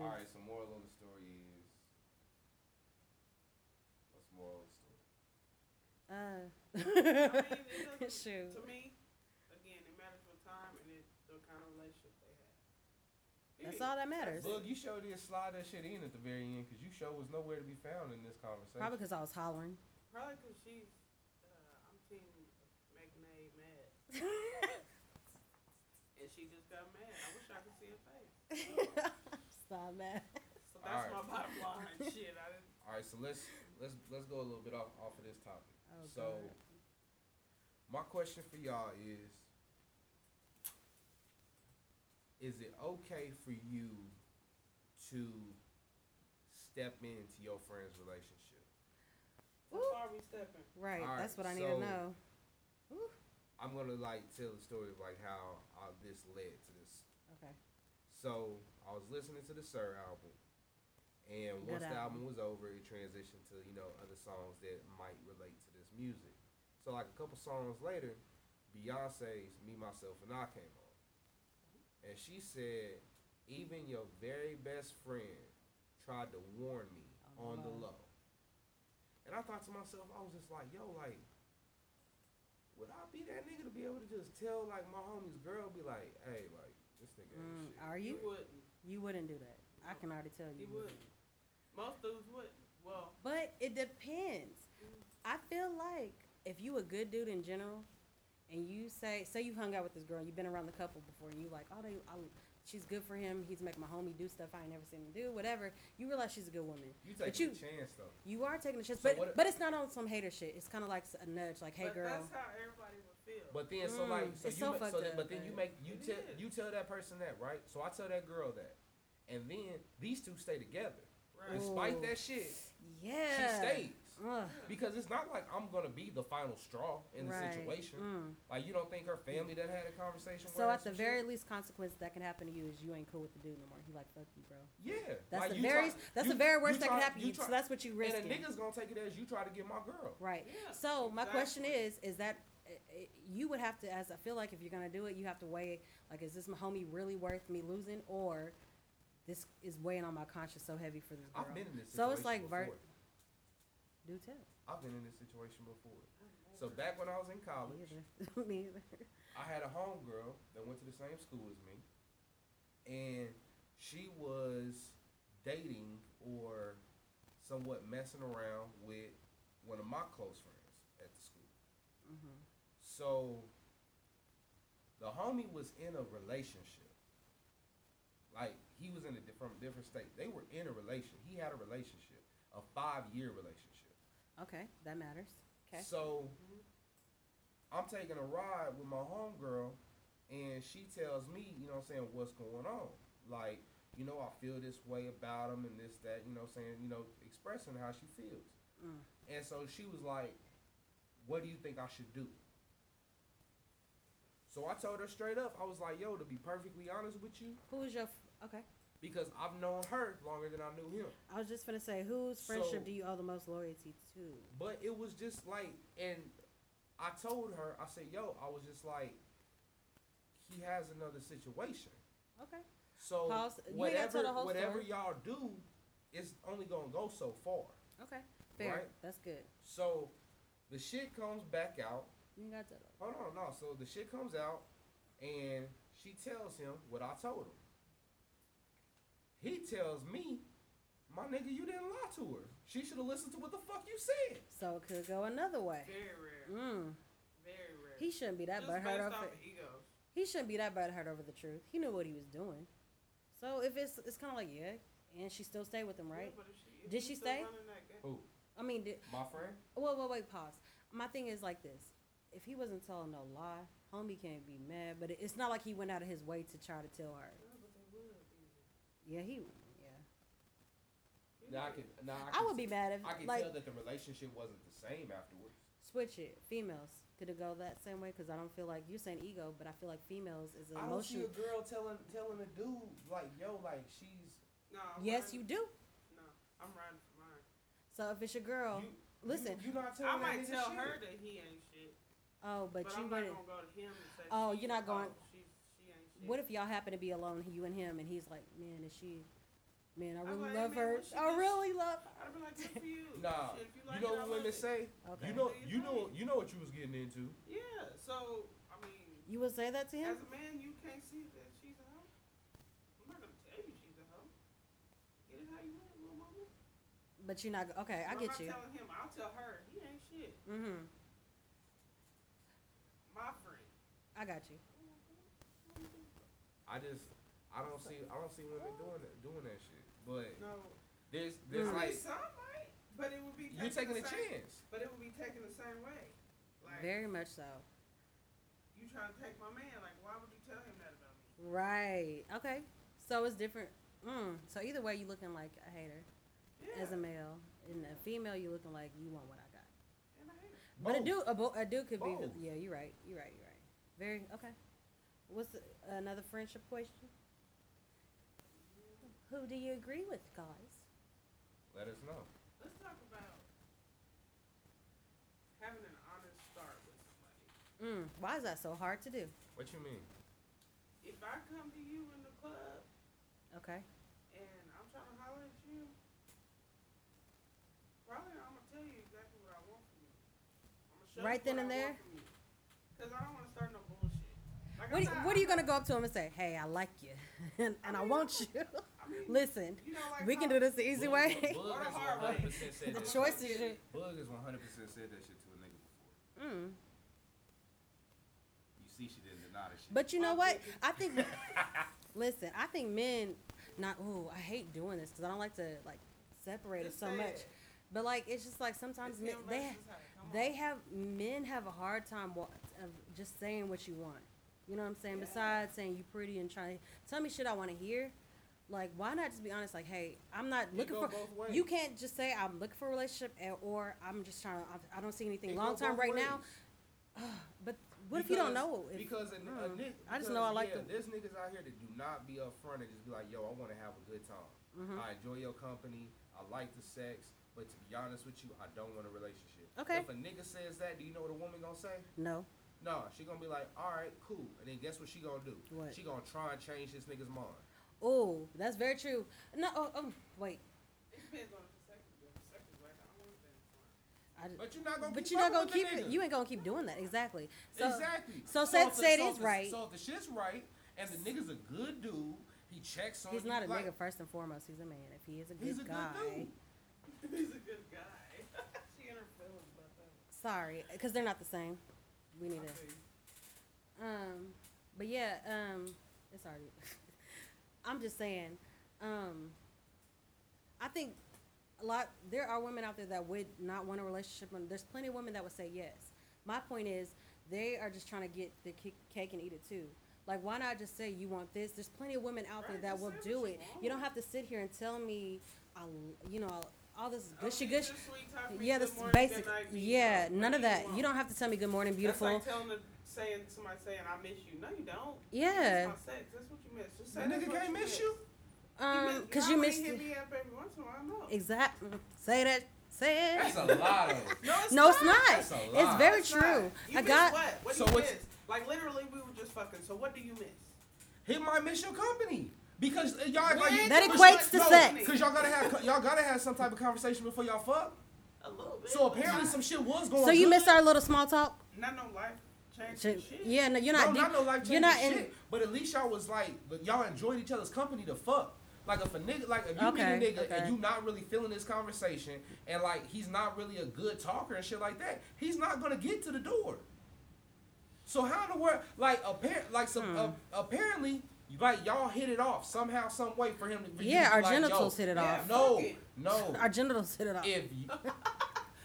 Speaker 1: All
Speaker 2: there's-
Speaker 1: right. So moral of the story is. What's moral of the story?
Speaker 2: (laughs) Uh.
Speaker 3: I mean, it doesn't-
Speaker 2: Shoot.
Speaker 3: To me, again, it matters what time and it, the kind of relationship they had.
Speaker 2: That's
Speaker 3: Period.
Speaker 2: all that matters.
Speaker 1: Look, you sure did slide that shit in at the very end because you sure was nowhere to be found in this conversation.
Speaker 2: Probably because I was hollering.
Speaker 3: (laughs)
Speaker 2: (laughs)
Speaker 3: Probably because she's, uh, I'm team McNay
Speaker 2: (laughs)
Speaker 3: mad, and she just got mad. I wish I could see her face.
Speaker 2: Stop that.
Speaker 3: So that's
Speaker 1: Alright.
Speaker 3: my bottom
Speaker 2: (laughs)
Speaker 3: line. Shit, I didn't.
Speaker 1: All right. So let's let's let's go a little bit off off of this topic.
Speaker 2: Oh,
Speaker 1: so,
Speaker 2: God.
Speaker 1: my question for y'all is: Is it okay for you to step into your friend's relationship?
Speaker 3: So
Speaker 2: Ooh.
Speaker 3: far we stepping.
Speaker 2: Right.
Speaker 1: All right,
Speaker 2: that's what I need
Speaker 1: so-
Speaker 2: to know.
Speaker 1: I'm gonna like tell the story of like how uh, this led to this.
Speaker 2: Okay.
Speaker 1: So I was listening to the Sir album, and once
Speaker 2: Good
Speaker 1: the
Speaker 2: album.
Speaker 1: album was over, it transitioned to you know other songs that might relate to this music. So like a couple songs later, Beyonce's "Me Myself and I" came on, and she said, "Even your very best friend tried to warn me
Speaker 2: On
Speaker 1: on the
Speaker 2: the low.
Speaker 1: low." And I thought to myself, I was just like, "Yo, like." Would I be that nigga to be able to just tell like my homie's girl be like, hey, like this nigga
Speaker 2: Mm,
Speaker 1: ain't shit.
Speaker 2: are
Speaker 3: He
Speaker 2: you?
Speaker 3: wouldn't.
Speaker 2: You wouldn't do that. I can already tell you.
Speaker 3: He
Speaker 2: you
Speaker 3: wouldn't. Most dudes wouldn't. Well,
Speaker 2: But it depends. I feel like if you a good dude in general, and you say say you hung out with this girl, you've been around the couple before, and you like, oh, they, I, she's good for him. He's making my homie do stuff I ain't never seen him do. Whatever. You realize she's a good woman.
Speaker 1: You
Speaker 2: But
Speaker 1: taking a
Speaker 2: you-
Speaker 1: chance though.
Speaker 2: You are taking a chance,
Speaker 1: So
Speaker 2: but
Speaker 1: what-
Speaker 2: but it's not on some hater shit. It's kind of like a nudge, like, hey,
Speaker 3: but
Speaker 2: girl.
Speaker 3: that's how everybody would feel.
Speaker 1: But then so like
Speaker 2: Mm,
Speaker 1: so
Speaker 2: it's
Speaker 1: you
Speaker 2: so
Speaker 1: ma-
Speaker 2: fucked
Speaker 1: so then,
Speaker 2: up,
Speaker 1: but then you
Speaker 2: man.
Speaker 1: make you
Speaker 3: It
Speaker 1: tell
Speaker 3: is.
Speaker 1: you tell that person that right. So I tell that girl that, and then these two stay together.
Speaker 3: right.
Speaker 1: Despite
Speaker 2: Ooh.
Speaker 1: that shit, she
Speaker 2: Yeah.
Speaker 1: stays
Speaker 2: Ugh,
Speaker 1: because it's not like I'm gonna be the final straw in the
Speaker 2: right.
Speaker 1: situation.
Speaker 2: Mm.
Speaker 1: Like you don't think her family that had a conversation. with
Speaker 2: So
Speaker 1: her or
Speaker 2: at the
Speaker 1: some
Speaker 2: very
Speaker 1: shit?
Speaker 2: least, consequence that can happen to you is you ain't cool with the dude no more. He like fuck you, bro.
Speaker 1: yeah,
Speaker 2: That's
Speaker 1: like,
Speaker 2: the
Speaker 1: you
Speaker 2: very
Speaker 1: try-
Speaker 2: that's
Speaker 1: you-
Speaker 2: the very
Speaker 1: you
Speaker 2: worst that
Speaker 1: try-
Speaker 2: can happen to
Speaker 1: you
Speaker 2: you.
Speaker 1: try-
Speaker 2: so that's what you risk.
Speaker 1: and a nigga's gonna take it as you try to get my girl.
Speaker 2: Right.
Speaker 3: Yeah,
Speaker 2: so my question
Speaker 3: exactly.
Speaker 2: is, is that uh, uh, you would have to, as I feel like, if you're gonna do it, you have to weigh, like, is this my homie really worth me losing, or this is weighing on my conscience so heavy for this girl?
Speaker 1: I've been in this.
Speaker 2: So it's
Speaker 1: situation
Speaker 2: like ver-
Speaker 1: before.
Speaker 2: do tell.
Speaker 1: I've been in this situation before. So back when I was in
Speaker 2: Me
Speaker 1: college,
Speaker 2: either. (laughs) me either.
Speaker 1: I had a homegirl that went to the same school as me, and she was dating or somewhat messing around with one of my close friends at the school.
Speaker 2: Mm-hmm.
Speaker 1: So the homie was in a relationship. Like he was in a different different state. They were in a relation. He had a relationship, a five year relationship.
Speaker 2: Okay, that matters. Okay.
Speaker 1: So I'm taking a ride with my homegirl, and she tells me, you know what I'm saying, what's going on. Like, you know, I feel this way about him and this, that, you know what I'm saying, you know, expressing how she feels.
Speaker 2: Mm.
Speaker 1: And so she was like, what do you think I should do? So I told her straight up, I was like, yo, to be perfectly honest with you,
Speaker 2: Who is your? F- okay,
Speaker 1: because I've known her longer than I knew him.
Speaker 2: I was just gonna say, whose friendship
Speaker 1: So-
Speaker 2: do you owe the most loyalty to?
Speaker 1: But it was just like, and I told her, I said, yo, I was just like, he has another situation.
Speaker 2: Okay.
Speaker 1: So
Speaker 2: Pause. You ain't gotta tell
Speaker 1: whatever,
Speaker 2: the whole
Speaker 1: whatever
Speaker 2: story.
Speaker 1: y'all do, it's only gonna go so far.
Speaker 2: Okay. Fair.
Speaker 1: Right.
Speaker 2: That's good.
Speaker 1: So the shit comes back out.
Speaker 2: You ain't got that.
Speaker 1: Hold on, no. So the shit comes out, and she tells him what I told him. He tells me, my nigga, you didn't lie to her. She should have listened to what the fuck you said.
Speaker 2: So it could go another way.
Speaker 3: Very rare.
Speaker 2: Mm.
Speaker 3: Very rare.
Speaker 2: He shouldn't be that
Speaker 3: Just
Speaker 2: butthurt
Speaker 3: based
Speaker 2: over.
Speaker 3: off of egos.
Speaker 2: He shouldn't be that butthurt over the truth. He knew what he was doing. So if it's it's kind of like yeah, and she still stayed with him, right?
Speaker 3: Yeah, but if if
Speaker 2: Did
Speaker 3: you
Speaker 2: she
Speaker 3: still
Speaker 2: stay?
Speaker 3: running that game-
Speaker 1: Who?
Speaker 2: I mean, did,
Speaker 1: My friend?
Speaker 2: Whoa, whoa, wait, pause. My thing is like this: if he wasn't telling no lie, homie can't be mad. But it- it's not like he went out of his way to try to tell her.
Speaker 3: No, but they would be.
Speaker 2: Yeah, he. Yeah,
Speaker 1: Now I can. Now I,
Speaker 2: I,
Speaker 1: can
Speaker 2: would be mad
Speaker 1: I
Speaker 2: if
Speaker 1: can
Speaker 2: like
Speaker 1: tell that the relationship wasn't the same afterwards.
Speaker 2: switch it. Females could it go that same way? Because I don't feel like you're saying ego, but I feel like females is an
Speaker 1: I don't see
Speaker 2: emotion.
Speaker 1: a girl telling telling a dude like, yo, like she's
Speaker 3: No, I'm
Speaker 2: Yes, you
Speaker 3: riding-
Speaker 2: do.
Speaker 3: No, I'm riding for mine.
Speaker 2: So if it's your girl,
Speaker 1: You-
Speaker 2: listen.
Speaker 1: You, you not telling
Speaker 3: I
Speaker 1: that
Speaker 3: might
Speaker 1: nigga
Speaker 3: tell
Speaker 1: shit.
Speaker 3: her that he ain't shit,
Speaker 2: oh, but,
Speaker 3: but,
Speaker 2: you
Speaker 3: I'm
Speaker 2: wouldn't.
Speaker 3: not gonna go to him and say.
Speaker 2: Oh,
Speaker 3: she-
Speaker 2: you're not going-
Speaker 3: oh, she, she ain't shit.
Speaker 2: What if y'all happen to be alone, you and him, and he's like, "Man, is she? Man, I
Speaker 3: I'm
Speaker 2: really
Speaker 3: like,
Speaker 2: love
Speaker 3: "Man,
Speaker 2: her.
Speaker 3: what she
Speaker 2: I
Speaker 3: does-
Speaker 2: really love."
Speaker 3: I'd be like, good for you.
Speaker 1: (laughs) Nah,
Speaker 3: Shit, if you,
Speaker 1: You
Speaker 3: like
Speaker 1: know
Speaker 3: it, I
Speaker 1: what
Speaker 3: love
Speaker 1: women
Speaker 3: it.
Speaker 1: say.
Speaker 2: Her. Okay.
Speaker 1: You know, you know, you know what you was getting into.
Speaker 3: Yeah, so I mean,
Speaker 2: You would say that to him?
Speaker 3: as a man, you can't see that she's a hoe. I'm not gonna tell you she's a hoe. Get it how you want, little mama.
Speaker 2: But you're not okay. I
Speaker 3: But
Speaker 2: get
Speaker 3: I'm
Speaker 2: you.
Speaker 3: not telling him. I'll tell her. He ain't shit.
Speaker 2: Mm-hmm.
Speaker 3: My friend.
Speaker 2: I got you.
Speaker 1: I just, I don't see, I don't see women doing that, doing that shit. But
Speaker 3: No,
Speaker 1: there's, there's
Speaker 2: Mm.
Speaker 3: I
Speaker 1: like,
Speaker 3: mean, some might, but it would be
Speaker 1: you're taking a
Speaker 3: the same-
Speaker 1: chance.
Speaker 3: But it would be taken the same way. Like
Speaker 2: Very much so.
Speaker 3: you trying to take my man. Like why would you tell him that about me?
Speaker 2: Right. Okay. So it's different. Mm. So either way, you looking like a hater
Speaker 3: Yeah,
Speaker 2: as a male, and a female, you looking like you want what I got.
Speaker 3: and I hate it.
Speaker 2: But a
Speaker 1: Both.
Speaker 2: dude, a, bo- a dude could
Speaker 1: Both.
Speaker 2: be. Yeah, you're right. You're right. You're right. Very okay. What's the, another friendship question? Who do you agree with, guys?
Speaker 1: Let us know.
Speaker 3: Let's talk about having an honest start with
Speaker 2: Mm.
Speaker 3: somebody.
Speaker 2: Why is that so hard to do?
Speaker 1: What you mean?
Speaker 3: If I come to you in the club
Speaker 2: Okay.
Speaker 3: and I'm trying to holler at you, probably I'm gonna tell you exactly what I want from you. I'm gonna show
Speaker 2: Right
Speaker 3: you
Speaker 2: then
Speaker 3: what
Speaker 2: and
Speaker 3: I
Speaker 2: there?
Speaker 3: want from you. Cause I don't want to start no bullshit. Like,
Speaker 2: What,
Speaker 3: I'm
Speaker 2: do you,
Speaker 3: not-
Speaker 2: what are you
Speaker 3: I'm
Speaker 2: gonna
Speaker 3: not-
Speaker 2: go up to him and say? Hey, I like you, (laughs) and, and I
Speaker 3: mean,
Speaker 2: want you. (laughs)
Speaker 3: I mean,
Speaker 2: Listen,
Speaker 3: you know, like
Speaker 2: we can
Speaker 3: how-
Speaker 2: do this the easy
Speaker 1: Bug-
Speaker 2: way.
Speaker 1: Bug
Speaker 3: Or the
Speaker 1: has 100%
Speaker 3: hard
Speaker 1: said
Speaker 2: the
Speaker 1: that
Speaker 2: choice
Speaker 3: choice-
Speaker 2: is your.
Speaker 1: shit. Bug has 100 percent said that shit to a nigga before.
Speaker 2: (laughs) Mm.
Speaker 1: You see, she didn't deny that shit.
Speaker 2: But you know
Speaker 3: Well,
Speaker 2: what? I think.
Speaker 1: (laughs)
Speaker 2: listen, I think men. Not. Ooh, I hate doing this because I don't like to like separate it
Speaker 3: Just
Speaker 2: so
Speaker 3: say
Speaker 2: much.
Speaker 3: it.
Speaker 2: But like, it's just like sometimes
Speaker 3: It's
Speaker 2: men,
Speaker 3: him
Speaker 2: they
Speaker 3: versus her. Come
Speaker 2: they
Speaker 3: on.
Speaker 2: have men have a hard time wa- of just saying what you want. You know what I'm saying?
Speaker 3: Yeah.
Speaker 2: Besides saying you pretty and trying to tell me shit I want to hear. Like, why not just be honest? Like, hey, I'm not
Speaker 1: It
Speaker 2: looking
Speaker 1: go
Speaker 2: for.
Speaker 1: both ways.
Speaker 2: You can't just say I'm looking for a relationship and, or I'm just trying to. I- I don't see anything long term right now. But what if you don't know? If,
Speaker 1: because a,
Speaker 2: Mm.
Speaker 1: nigga,
Speaker 2: I just know I like
Speaker 1: yeah,
Speaker 2: them.
Speaker 1: There's niggas out here that do not be upfront and just be like, "Yo, I want to have a good time.
Speaker 2: Mhm.
Speaker 1: I enjoy your company. I like the sex, but to be honest with you, I don't want a relationship."
Speaker 2: Okay.
Speaker 1: If a nigga says that, do you know what a woman gonna say?
Speaker 2: no,
Speaker 1: No, she gonna be like, "All right, cool," and then guess what she gonna do?
Speaker 2: What?
Speaker 1: She gonna try and change this nigga's mind.
Speaker 2: oh, that's very true. No, oh, oh wait,
Speaker 3: It depends on if the sex is good. If the sex is whack, I don't want that.
Speaker 2: I, d-
Speaker 1: But you're not gonna.
Speaker 2: but
Speaker 1: keep
Speaker 2: you're not gonna
Speaker 1: fucking
Speaker 2: keep
Speaker 1: with the
Speaker 2: it.
Speaker 1: nigga.
Speaker 2: You ain't gonna keep doing that. Exactly. So
Speaker 1: exactly.
Speaker 2: so say-
Speaker 1: if the-
Speaker 2: say it
Speaker 1: so
Speaker 2: is
Speaker 1: if the-
Speaker 2: right.
Speaker 1: So if the shit's right and the nigga's a good dude He checks on
Speaker 2: He's
Speaker 1: you,
Speaker 2: not a
Speaker 1: like,
Speaker 2: nigga first and foremost. He's a man. If he is a good
Speaker 1: He's a good
Speaker 2: guy,
Speaker 1: dude.
Speaker 3: (laughs) He's a good guy. (laughs) she in her feelings about that. one.
Speaker 2: sorry, because they're not the same. We need
Speaker 3: I
Speaker 2: to.
Speaker 3: feel you.
Speaker 2: Um, but yeah, um, it's already. (laughs) I'm just saying, um, I think a lot. There are women out there that would not want a relationship, and there's plenty of women that would say yes. My point is, they are just trying to get the ki- cake and eat it too. Like, why not just say you want this? There's plenty of women out
Speaker 3: Right,
Speaker 2: there that
Speaker 3: just
Speaker 2: will
Speaker 3: say what
Speaker 2: do
Speaker 3: you
Speaker 2: it. You don't
Speaker 3: want.
Speaker 2: have to sit here and tell me, I, l- you know, all this
Speaker 3: Oh,
Speaker 2: gushy
Speaker 3: you
Speaker 2: gush.
Speaker 3: just sweet talk me,
Speaker 2: Yeah,
Speaker 3: good
Speaker 2: this
Speaker 3: morning, good
Speaker 2: basic.
Speaker 3: night, be
Speaker 2: Yeah,
Speaker 3: gone. What
Speaker 2: none
Speaker 3: do
Speaker 2: of that. You
Speaker 3: want?
Speaker 2: don't have to tell me good morning, beautiful.
Speaker 3: That's like telling the, saying somebody saying I miss you. No, you don't.
Speaker 2: Yeah.
Speaker 3: You miss my sex. That's what you miss. Just
Speaker 1: The
Speaker 3: say that's
Speaker 1: nigga
Speaker 3: what
Speaker 1: can't miss you.
Speaker 2: Um, cause you
Speaker 3: no,
Speaker 2: missed
Speaker 3: Hit
Speaker 2: it.
Speaker 3: me up every once in a while. No.
Speaker 2: Exactly. Say that. Say
Speaker 1: That's
Speaker 2: it.
Speaker 1: a lot of.
Speaker 3: (laughs) no, it's
Speaker 2: No, it's
Speaker 1: That's
Speaker 2: not.
Speaker 1: a lot.
Speaker 2: It's very
Speaker 3: It's not.
Speaker 2: true.
Speaker 3: You
Speaker 2: I
Speaker 3: miss
Speaker 2: got.
Speaker 3: what? What do
Speaker 1: So
Speaker 3: you
Speaker 1: what's-
Speaker 3: miss? Like literally, we were just fucking. So what do you miss?
Speaker 1: He might miss your company because y'all
Speaker 3: What?
Speaker 1: like
Speaker 2: That
Speaker 1: because-
Speaker 2: equates to
Speaker 1: no,
Speaker 2: sex.
Speaker 1: Cause y'all gotta have y'all gotta have some type of conversation before y'all fuck.
Speaker 3: A little bit.
Speaker 1: So
Speaker 3: but
Speaker 1: apparently
Speaker 3: not-
Speaker 1: some shit was going.
Speaker 2: So you
Speaker 1: good.
Speaker 2: missed our little small talk.
Speaker 3: not no life changing
Speaker 2: Shit.
Speaker 3: shit.
Speaker 2: Yeah, no, you're
Speaker 1: No,
Speaker 2: not.
Speaker 1: not,
Speaker 2: deep.
Speaker 1: no life changing
Speaker 2: you're not in.
Speaker 1: shit. But at least y'all was like, but y'all enjoyed each other's company to fuck. Like if a nigga, like if you
Speaker 2: Okay,
Speaker 1: meet a nigga
Speaker 2: okay.
Speaker 1: and you not really feeling this conversation, and like he's not really a good talker and shit like that, he's not gonna get to the door. So how in the world, like apparent, like some
Speaker 2: Hmm.
Speaker 1: uh, apparently, like y'all hit it off somehow, some way for him to. for you
Speaker 2: Yeah,
Speaker 1: to be
Speaker 2: our
Speaker 1: like,
Speaker 2: genitals
Speaker 1: yo,
Speaker 2: hit it
Speaker 3: Yeah,
Speaker 2: off.
Speaker 3: fuck
Speaker 1: No,
Speaker 3: it.
Speaker 1: no.
Speaker 2: Our genitals hit it off.
Speaker 1: If
Speaker 3: (laughs)
Speaker 1: you,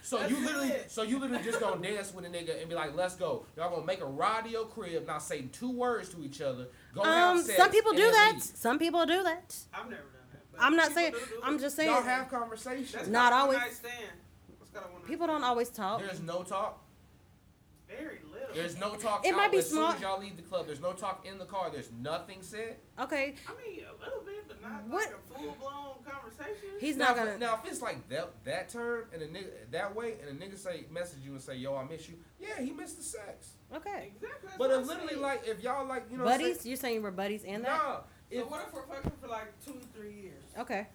Speaker 1: so
Speaker 3: That's
Speaker 1: you literally,
Speaker 3: it.
Speaker 1: so you literally just gonna dance with a nigga and be like, "Let's go." Y'all gonna make a ride to your crib, not say two words to each other. Go have
Speaker 2: Um,
Speaker 1: sex.
Speaker 2: some people
Speaker 1: and
Speaker 2: do
Speaker 1: then
Speaker 2: that.
Speaker 1: leave.
Speaker 2: Some people do that.
Speaker 3: I've never done that. but
Speaker 2: I'm not
Speaker 3: people
Speaker 2: saying.
Speaker 3: do do
Speaker 2: I'm
Speaker 3: it.
Speaker 2: just saying.
Speaker 1: Y'all have
Speaker 3: That's
Speaker 1: conversations.
Speaker 2: Not
Speaker 3: called a
Speaker 2: always.
Speaker 3: One night stand. That's called a one night
Speaker 2: People don't
Speaker 3: stand.
Speaker 2: always talk.
Speaker 1: There's no talk.
Speaker 3: Very little.
Speaker 1: There's no talk.
Speaker 2: It
Speaker 1: out.
Speaker 2: might be
Speaker 1: as soon as
Speaker 2: smart-
Speaker 1: y'all leave the club. There's no talk in the car. There's nothing said.
Speaker 2: Okay.
Speaker 3: I mean, a little bit, but not
Speaker 2: What?
Speaker 3: like a full blown conversation.
Speaker 2: He's
Speaker 1: now,
Speaker 2: not
Speaker 1: if-
Speaker 2: gonna.
Speaker 1: Now if it's like that that term and a nigga that way and a nigga say message you and say, "Yo, I miss you." Yeah, he missed the sex.
Speaker 2: Okay.
Speaker 3: exactly. that's
Speaker 1: But
Speaker 3: what
Speaker 1: if
Speaker 3: I
Speaker 1: literally
Speaker 3: said.
Speaker 1: like if y'all like you know what I'm
Speaker 2: Buddies. You're saying you were buddies
Speaker 1: saying?
Speaker 2: and that.
Speaker 1: Nah,
Speaker 3: So
Speaker 1: if-
Speaker 3: what if we're fucking for like two, three years?
Speaker 2: Okay.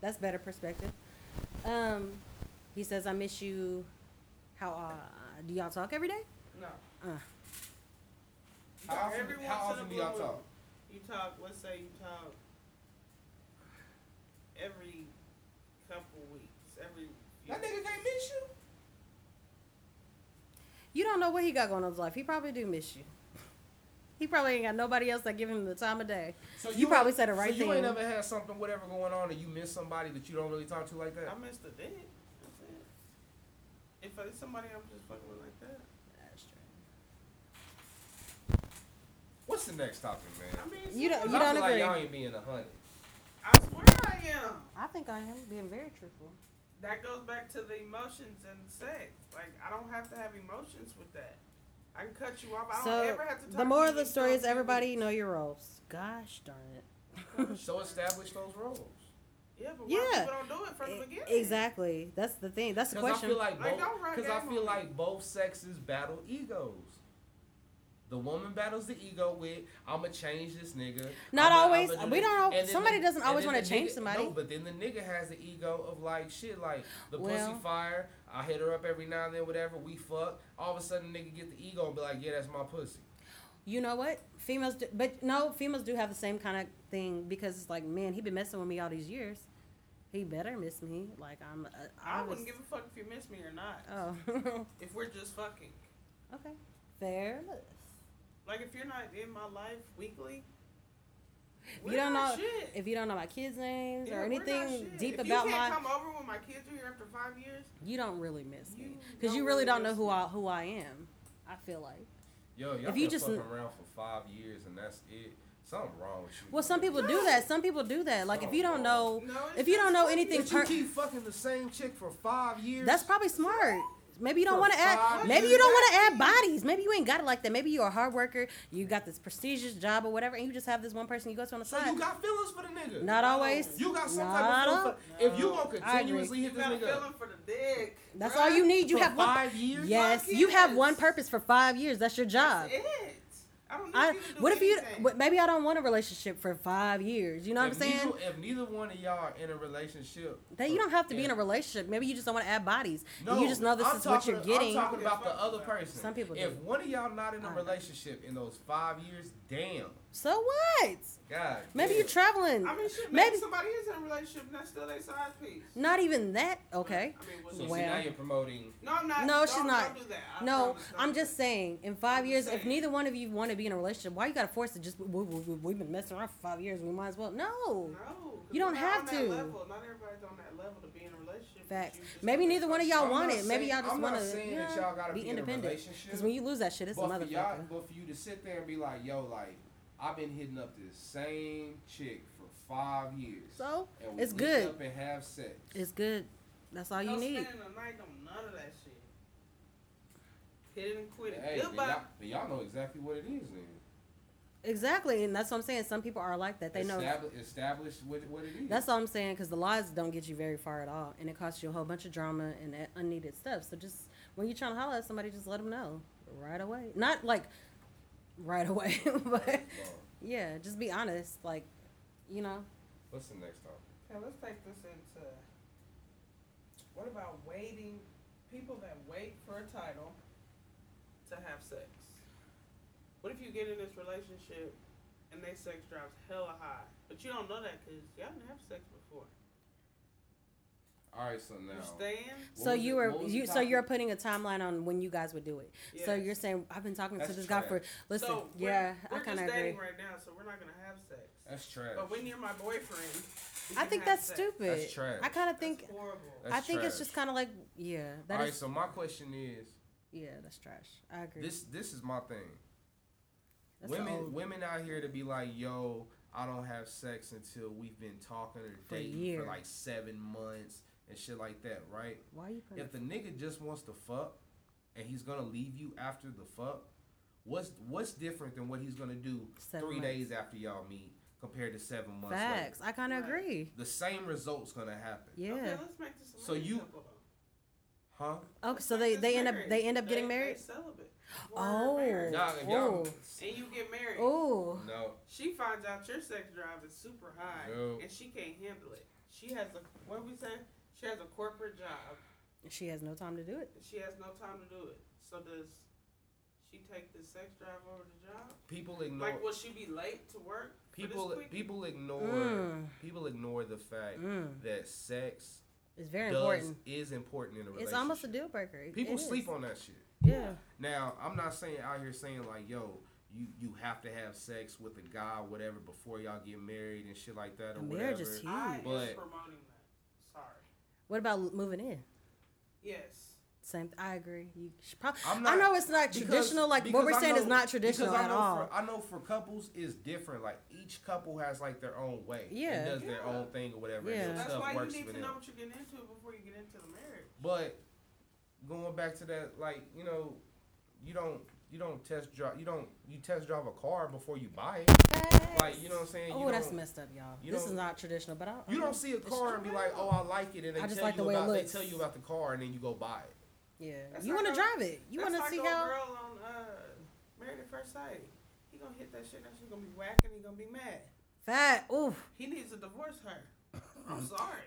Speaker 2: That's better perspective. Um, he says I miss you. How uh, do y'all talk every day?
Speaker 3: No.
Speaker 2: Uh.
Speaker 3: You
Speaker 1: how
Speaker 3: talk
Speaker 1: often,
Speaker 3: every
Speaker 1: how
Speaker 3: once in
Speaker 1: often
Speaker 3: a
Speaker 1: do y'all
Speaker 3: blue moon.
Speaker 1: talk?
Speaker 3: You talk. Let's say you talk every couple weeks. Every.
Speaker 1: That
Speaker 3: few-
Speaker 1: nigga can't miss you.
Speaker 2: You don't know what he got going on in his life. He probably do miss you. (laughs) He probably ain't got nobody else that give him the time of day.
Speaker 1: So
Speaker 2: You probably
Speaker 1: ain't-
Speaker 2: said the right
Speaker 1: so You ain't
Speaker 2: thing.
Speaker 1: ever had something, whatever going on, and you miss somebody that you don't really talk to like
Speaker 3: I
Speaker 1: that.
Speaker 3: missed a dick. That's it. If it's somebody I'm just fucking with like that,
Speaker 1: What's the next topic, man?
Speaker 3: I mean,
Speaker 2: You don't-
Speaker 1: 'Cause
Speaker 3: somebody-
Speaker 2: you
Speaker 1: I
Speaker 2: don't
Speaker 1: feel
Speaker 2: agree.
Speaker 1: Like y'all ain't being a hundred.
Speaker 3: I swear I am.
Speaker 2: I think I am being very truthful.
Speaker 3: That goes back to the emotions and sex. Like I don't have to have emotions with that. I can cut you off. I don't
Speaker 2: So
Speaker 3: ever have to talk
Speaker 2: the
Speaker 3: to
Speaker 2: moral
Speaker 3: you
Speaker 2: of the
Speaker 3: until
Speaker 2: story is
Speaker 3: two
Speaker 2: everybody
Speaker 3: weeks.
Speaker 2: know your roles. Gosh darn it.
Speaker 1: So establish those roles.
Speaker 3: Yeah, but why
Speaker 2: Yeah.
Speaker 3: people don't do it from
Speaker 2: (laughs)
Speaker 3: the
Speaker 2: E-
Speaker 3: beginning?
Speaker 2: exactly. That's the thing. That's the
Speaker 1: Because I
Speaker 2: question.
Speaker 1: feel like
Speaker 3: Like,
Speaker 1: both.
Speaker 3: don't run
Speaker 1: Because I
Speaker 3: game
Speaker 1: feel
Speaker 3: on me.
Speaker 1: like both sexes battle egos. The woman battles the ego with "I'ma change this nigga."
Speaker 2: Not
Speaker 1: I'ma-
Speaker 2: always.
Speaker 1: I'ma do
Speaker 2: We
Speaker 1: this."
Speaker 2: don't al-
Speaker 1: And then
Speaker 2: somebody doesn't
Speaker 1: and
Speaker 2: always
Speaker 1: then
Speaker 2: wanna
Speaker 1: the
Speaker 2: change
Speaker 1: nigga-
Speaker 2: somebody.
Speaker 1: No, but then the nigga has the ego of like shit, like the
Speaker 2: Well-
Speaker 1: pussy fire. I hit her up every now and then, whatever. We fuck. All of a sudden, the nigga get the ego and be like, "Yeah, that's my pussy."
Speaker 2: you know what? Females do, but no, females do have the same kind of thing because it's like, man, he been messing with me all these years. He better miss me. Like I'm. Uh,
Speaker 3: I
Speaker 2: was-
Speaker 3: wouldn't give a fuck if you miss me or not.
Speaker 2: (laughs) Oh.
Speaker 3: If we're just fucking.
Speaker 2: okay. Fair enough.
Speaker 3: Like if you're not in my life weekly,
Speaker 2: If
Speaker 3: we're
Speaker 2: you don't know
Speaker 3: not shit.
Speaker 2: if you don't know my kids' names
Speaker 3: Yeah,
Speaker 2: or
Speaker 3: we're not
Speaker 2: anything
Speaker 3: shit.
Speaker 2: deep
Speaker 3: if
Speaker 2: about
Speaker 3: you
Speaker 2: my,
Speaker 3: can't come over when my kids are here after five years.
Speaker 2: you don't really miss me
Speaker 3: You
Speaker 2: because
Speaker 3: don't
Speaker 2: you really
Speaker 3: really
Speaker 2: don't know
Speaker 3: miss
Speaker 2: who
Speaker 3: me.
Speaker 2: I who I am. I feel like.
Speaker 1: Yo, y'all
Speaker 2: If you
Speaker 1: been
Speaker 2: just-
Speaker 1: fucking around for five years and that's it. Something wrong with you.
Speaker 2: Well, some people do that. Some people do that. Like if you
Speaker 3: Oh.
Speaker 2: don't know,
Speaker 3: No, it's
Speaker 2: if you
Speaker 3: not
Speaker 2: don't know
Speaker 3: fucking.
Speaker 2: anything
Speaker 1: But you
Speaker 2: per-
Speaker 1: keep fucking the same chick for five years.
Speaker 2: that's probably smart. Maybe you don't
Speaker 1: For
Speaker 2: want to add.
Speaker 1: five
Speaker 2: Maybe you don't want to add
Speaker 3: years.
Speaker 2: bodies. Maybe you ain't got it like that. Maybe you're a hard worker. You got this prestigious job or whatever, and you just have this one person you go to on the
Speaker 1: so
Speaker 2: side.
Speaker 1: you got feelings for the nigga.
Speaker 2: Not
Speaker 3: No.
Speaker 2: always.
Speaker 1: you got some
Speaker 2: Not
Speaker 1: type of feeling for, If you
Speaker 3: No.
Speaker 1: gonna
Speaker 2: I agree.
Speaker 1: continuously
Speaker 3: You
Speaker 1: hit this
Speaker 3: got a
Speaker 1: nigga up
Speaker 3: feeling for the dick.
Speaker 2: That's
Speaker 3: bruh.
Speaker 2: all you need. You
Speaker 1: for
Speaker 2: have one.
Speaker 1: five years,
Speaker 2: Yes,
Speaker 3: Fuck
Speaker 2: you have one
Speaker 3: yes.
Speaker 2: purpose for five years. That's your job.
Speaker 3: That's it. I don't need
Speaker 2: I,
Speaker 3: you to do
Speaker 2: what if you?
Speaker 3: anything.
Speaker 2: What, maybe I don't want a relationship for five years. You know what I'm
Speaker 1: if
Speaker 2: saying?
Speaker 1: Neither, if neither one of y'all are in a relationship,
Speaker 2: That you don't have to be in a
Speaker 1: and-
Speaker 2: relationship. Maybe you just don't want to add bodies.
Speaker 1: No,
Speaker 2: you just know this
Speaker 1: I'm
Speaker 2: is what
Speaker 1: talking-
Speaker 2: you're getting.
Speaker 1: I'm talking about the other person.
Speaker 2: Some people
Speaker 1: If
Speaker 2: do.
Speaker 1: one of y'all not in
Speaker 2: I
Speaker 1: a
Speaker 2: know.
Speaker 1: relationship in those five years, damn.
Speaker 2: So what?
Speaker 1: God.
Speaker 2: Maybe
Speaker 1: damn.
Speaker 2: you're traveling.
Speaker 3: I mean, shit, maybe,
Speaker 2: Maybe-
Speaker 3: somebody is in a relationship and that's still their side piece.
Speaker 2: Not even that. Okay.
Speaker 3: I mean, what's
Speaker 1: So
Speaker 3: the-
Speaker 1: see,
Speaker 2: Well.
Speaker 1: now you're promoting.
Speaker 3: no, I'm not.
Speaker 2: No,
Speaker 3: don't-
Speaker 2: she's
Speaker 3: don't
Speaker 2: not.
Speaker 3: do that. I
Speaker 2: No,
Speaker 3: promise
Speaker 2: I'm
Speaker 3: not.
Speaker 2: just saying. In five
Speaker 3: I'm
Speaker 2: years,
Speaker 3: just
Speaker 2: if
Speaker 3: saying.
Speaker 2: neither one of you want to be in a relationship, why you gotta force it? Just we, we, we, we've been messing around for five years. We might as well. No.
Speaker 3: No, 'cause
Speaker 2: You don't
Speaker 3: we're not
Speaker 2: have
Speaker 3: on
Speaker 2: to.
Speaker 3: That level. Not everybody's on that level to be in a relationship.
Speaker 2: Facts.
Speaker 3: You just
Speaker 2: Maybe
Speaker 3: don't
Speaker 2: neither one of
Speaker 3: have
Speaker 2: y'all
Speaker 3: to.
Speaker 2: want
Speaker 1: not
Speaker 2: it. Maybe
Speaker 1: saying-
Speaker 2: y'all just
Speaker 1: I'm
Speaker 2: want
Speaker 1: not
Speaker 2: to
Speaker 1: saying that y'all gotta be in a relationship.
Speaker 2: Because when you lose that shit, it's a
Speaker 1: But for, y'all,
Speaker 2: motherfucker.
Speaker 1: but for you to sit there and be like, yo, like, I've been hitting up this same chick for five years.
Speaker 2: So
Speaker 1: and
Speaker 2: it's
Speaker 1: link
Speaker 2: good.
Speaker 1: Up and have sex.
Speaker 2: it's good. That's all you
Speaker 3: No
Speaker 2: need.
Speaker 3: spending the night on none of that shit. Hit it and quit it.
Speaker 1: Hey, then
Speaker 3: Goodbye.
Speaker 1: y'all, then y'all know exactly what it is then.
Speaker 2: Exactly, and that's what I'm saying. Some people are like that. They know.
Speaker 1: Establi- establish what, what it is.
Speaker 2: That's all I'm saying because the lies don't get you very far at all, and it costs you a whole bunch of drama and that unneeded stuff. So just when you're trying to holler at somebody, just let them know right away. Not like right away, (laughs) but
Speaker 1: Well,
Speaker 2: yeah, just be honest. Like, you know,
Speaker 1: what's the next topic?
Speaker 3: Okay, let's take this into what about waiting? People that wait for a title to have sex. What if you get in this relationship and they sex drives hella high, but you don't know that because y'all didn't have sex before.
Speaker 1: All right, so
Speaker 3: You
Speaker 1: now.
Speaker 3: understand?
Speaker 1: What
Speaker 2: so
Speaker 1: was
Speaker 2: you
Speaker 1: it-
Speaker 2: were
Speaker 1: what was the
Speaker 2: you so
Speaker 1: topic?
Speaker 2: you're putting a timeline on when you guys would do it. So
Speaker 3: Yes.
Speaker 2: you're saying I've been talking to
Speaker 1: That's
Speaker 2: this guy for
Speaker 1: trash.
Speaker 2: listen,
Speaker 3: So we're-
Speaker 2: yeah,
Speaker 3: we're
Speaker 2: I kind of
Speaker 3: just
Speaker 2: agree.
Speaker 3: dating right now, so we're not gonna have sex.
Speaker 1: That's trash.
Speaker 3: But when you're my boyfriend, we
Speaker 2: I
Speaker 3: can
Speaker 2: think
Speaker 3: have
Speaker 2: that's
Speaker 3: sex.
Speaker 2: stupid.
Speaker 1: That's trash.
Speaker 2: I kind of
Speaker 3: That's
Speaker 2: think
Speaker 3: horrible.
Speaker 1: That's
Speaker 2: I think it's
Speaker 1: trash.
Speaker 2: just kind of like yeah,
Speaker 1: All
Speaker 2: that is
Speaker 1: right, so my question is
Speaker 2: yeah, that's trash. I agree.
Speaker 1: this this is my thing.
Speaker 2: That's the
Speaker 1: women
Speaker 2: old-
Speaker 1: women out here to be like, yo, I don't have sex until we've been talking or
Speaker 2: For a
Speaker 1: dating
Speaker 2: year.
Speaker 1: for like seven months and shit like that, right?
Speaker 2: why you putting
Speaker 1: If the nigga just wants to fuck and he's gonna leave you after the fuck, what's what's different than what he's gonna do
Speaker 2: Seven
Speaker 1: three
Speaker 2: months.
Speaker 1: days after y'all meet compared to seven months later?
Speaker 2: Facts. I kind of
Speaker 3: Right.
Speaker 2: agree.
Speaker 1: The same result's gonna happen.
Speaker 2: Yeah.
Speaker 3: Okay, let's make this a
Speaker 1: So you-
Speaker 3: marriage couple.
Speaker 1: Huh?
Speaker 2: Okay,
Speaker 3: Let's
Speaker 2: so
Speaker 3: make
Speaker 2: they,
Speaker 3: this
Speaker 2: they end up
Speaker 3: marriage.
Speaker 2: they end up getting
Speaker 3: they,
Speaker 2: married.
Speaker 3: They celibate. We're
Speaker 2: Oh.
Speaker 3: married.
Speaker 1: Nah, if y'all,
Speaker 3: And you get married.
Speaker 2: Oh,
Speaker 1: no.
Speaker 3: She finds out your sex drive is super high,
Speaker 1: Yo.
Speaker 3: and she can't handle it. She has a what we saying? She has a corporate job.
Speaker 2: she has no time to do it.
Speaker 3: And she has no time to do it. So does she take the sex drive over the job?
Speaker 1: People ignore
Speaker 3: Like, will she be late to work? for this
Speaker 1: people
Speaker 3: quickie?
Speaker 1: people ignore
Speaker 2: Mm.
Speaker 1: people ignore the fact
Speaker 2: Mm.
Speaker 1: that sex
Speaker 2: It's very
Speaker 1: does
Speaker 2: important.
Speaker 1: is important in a relationship.
Speaker 2: It's almost a deal breaker. It-
Speaker 1: people
Speaker 2: it
Speaker 1: sleep
Speaker 2: is.
Speaker 1: on that shit.
Speaker 2: Yeah.
Speaker 1: Now, I'm not saying out here saying like, yo, you you have to have sex with a guy, whatever, before y'all get married and shit like that or
Speaker 2: And
Speaker 1: whatever.
Speaker 2: marriage is huge.
Speaker 3: I am
Speaker 1: But-
Speaker 3: promoting that. Sorry.
Speaker 2: What about l- moving in?
Speaker 3: Yes.
Speaker 2: Same. I agree. You should probably.
Speaker 1: I'm
Speaker 2: I
Speaker 1: not-
Speaker 2: know it's not
Speaker 1: Because-
Speaker 2: traditional. Like what
Speaker 1: because
Speaker 2: we're
Speaker 1: I
Speaker 2: saying is
Speaker 1: know-
Speaker 2: not
Speaker 1: because
Speaker 2: traditional
Speaker 1: I
Speaker 2: at
Speaker 1: know
Speaker 2: all.
Speaker 1: For, I know for couples it's different. Like each couple has like their own way. and
Speaker 2: Yeah.
Speaker 1: does their
Speaker 3: Yeah.
Speaker 1: own thing or whatever. and
Speaker 2: Yeah.
Speaker 1: their
Speaker 3: That's
Speaker 1: stuff
Speaker 3: why you
Speaker 1: works
Speaker 3: need
Speaker 1: for
Speaker 3: to
Speaker 1: them.
Speaker 3: know what you're getting into before you get into the marriage.
Speaker 1: But going back to that, like you know, you don't you don't test drive you don't you test drive a car before you buy it. Like you know what I'm saying?
Speaker 2: Oh,
Speaker 1: you
Speaker 2: that's
Speaker 1: don't-
Speaker 2: messed up, y'all.
Speaker 1: you
Speaker 2: This is
Speaker 1: don't-
Speaker 2: not traditional, but I, I
Speaker 1: You don't
Speaker 2: know.
Speaker 1: see a car and be like, oh, I like it, and they
Speaker 2: I just
Speaker 1: tell
Speaker 2: like
Speaker 1: you
Speaker 2: the way it
Speaker 1: about
Speaker 2: looks.
Speaker 1: they tell you about the car, and then you go buy it.
Speaker 2: Yeah,
Speaker 3: That's
Speaker 2: you
Speaker 3: like
Speaker 2: want to
Speaker 3: how-
Speaker 2: drive it. You
Speaker 3: That's
Speaker 2: want to
Speaker 3: like
Speaker 2: see
Speaker 3: old
Speaker 2: how.
Speaker 3: girl on uh, Married at First Sight. He gonna hit that shit. That shit gonna be whacking. He gonna be mad.
Speaker 2: Fat. Oof.
Speaker 3: He needs to divorce her.
Speaker 1: (coughs)
Speaker 3: I'm sorry.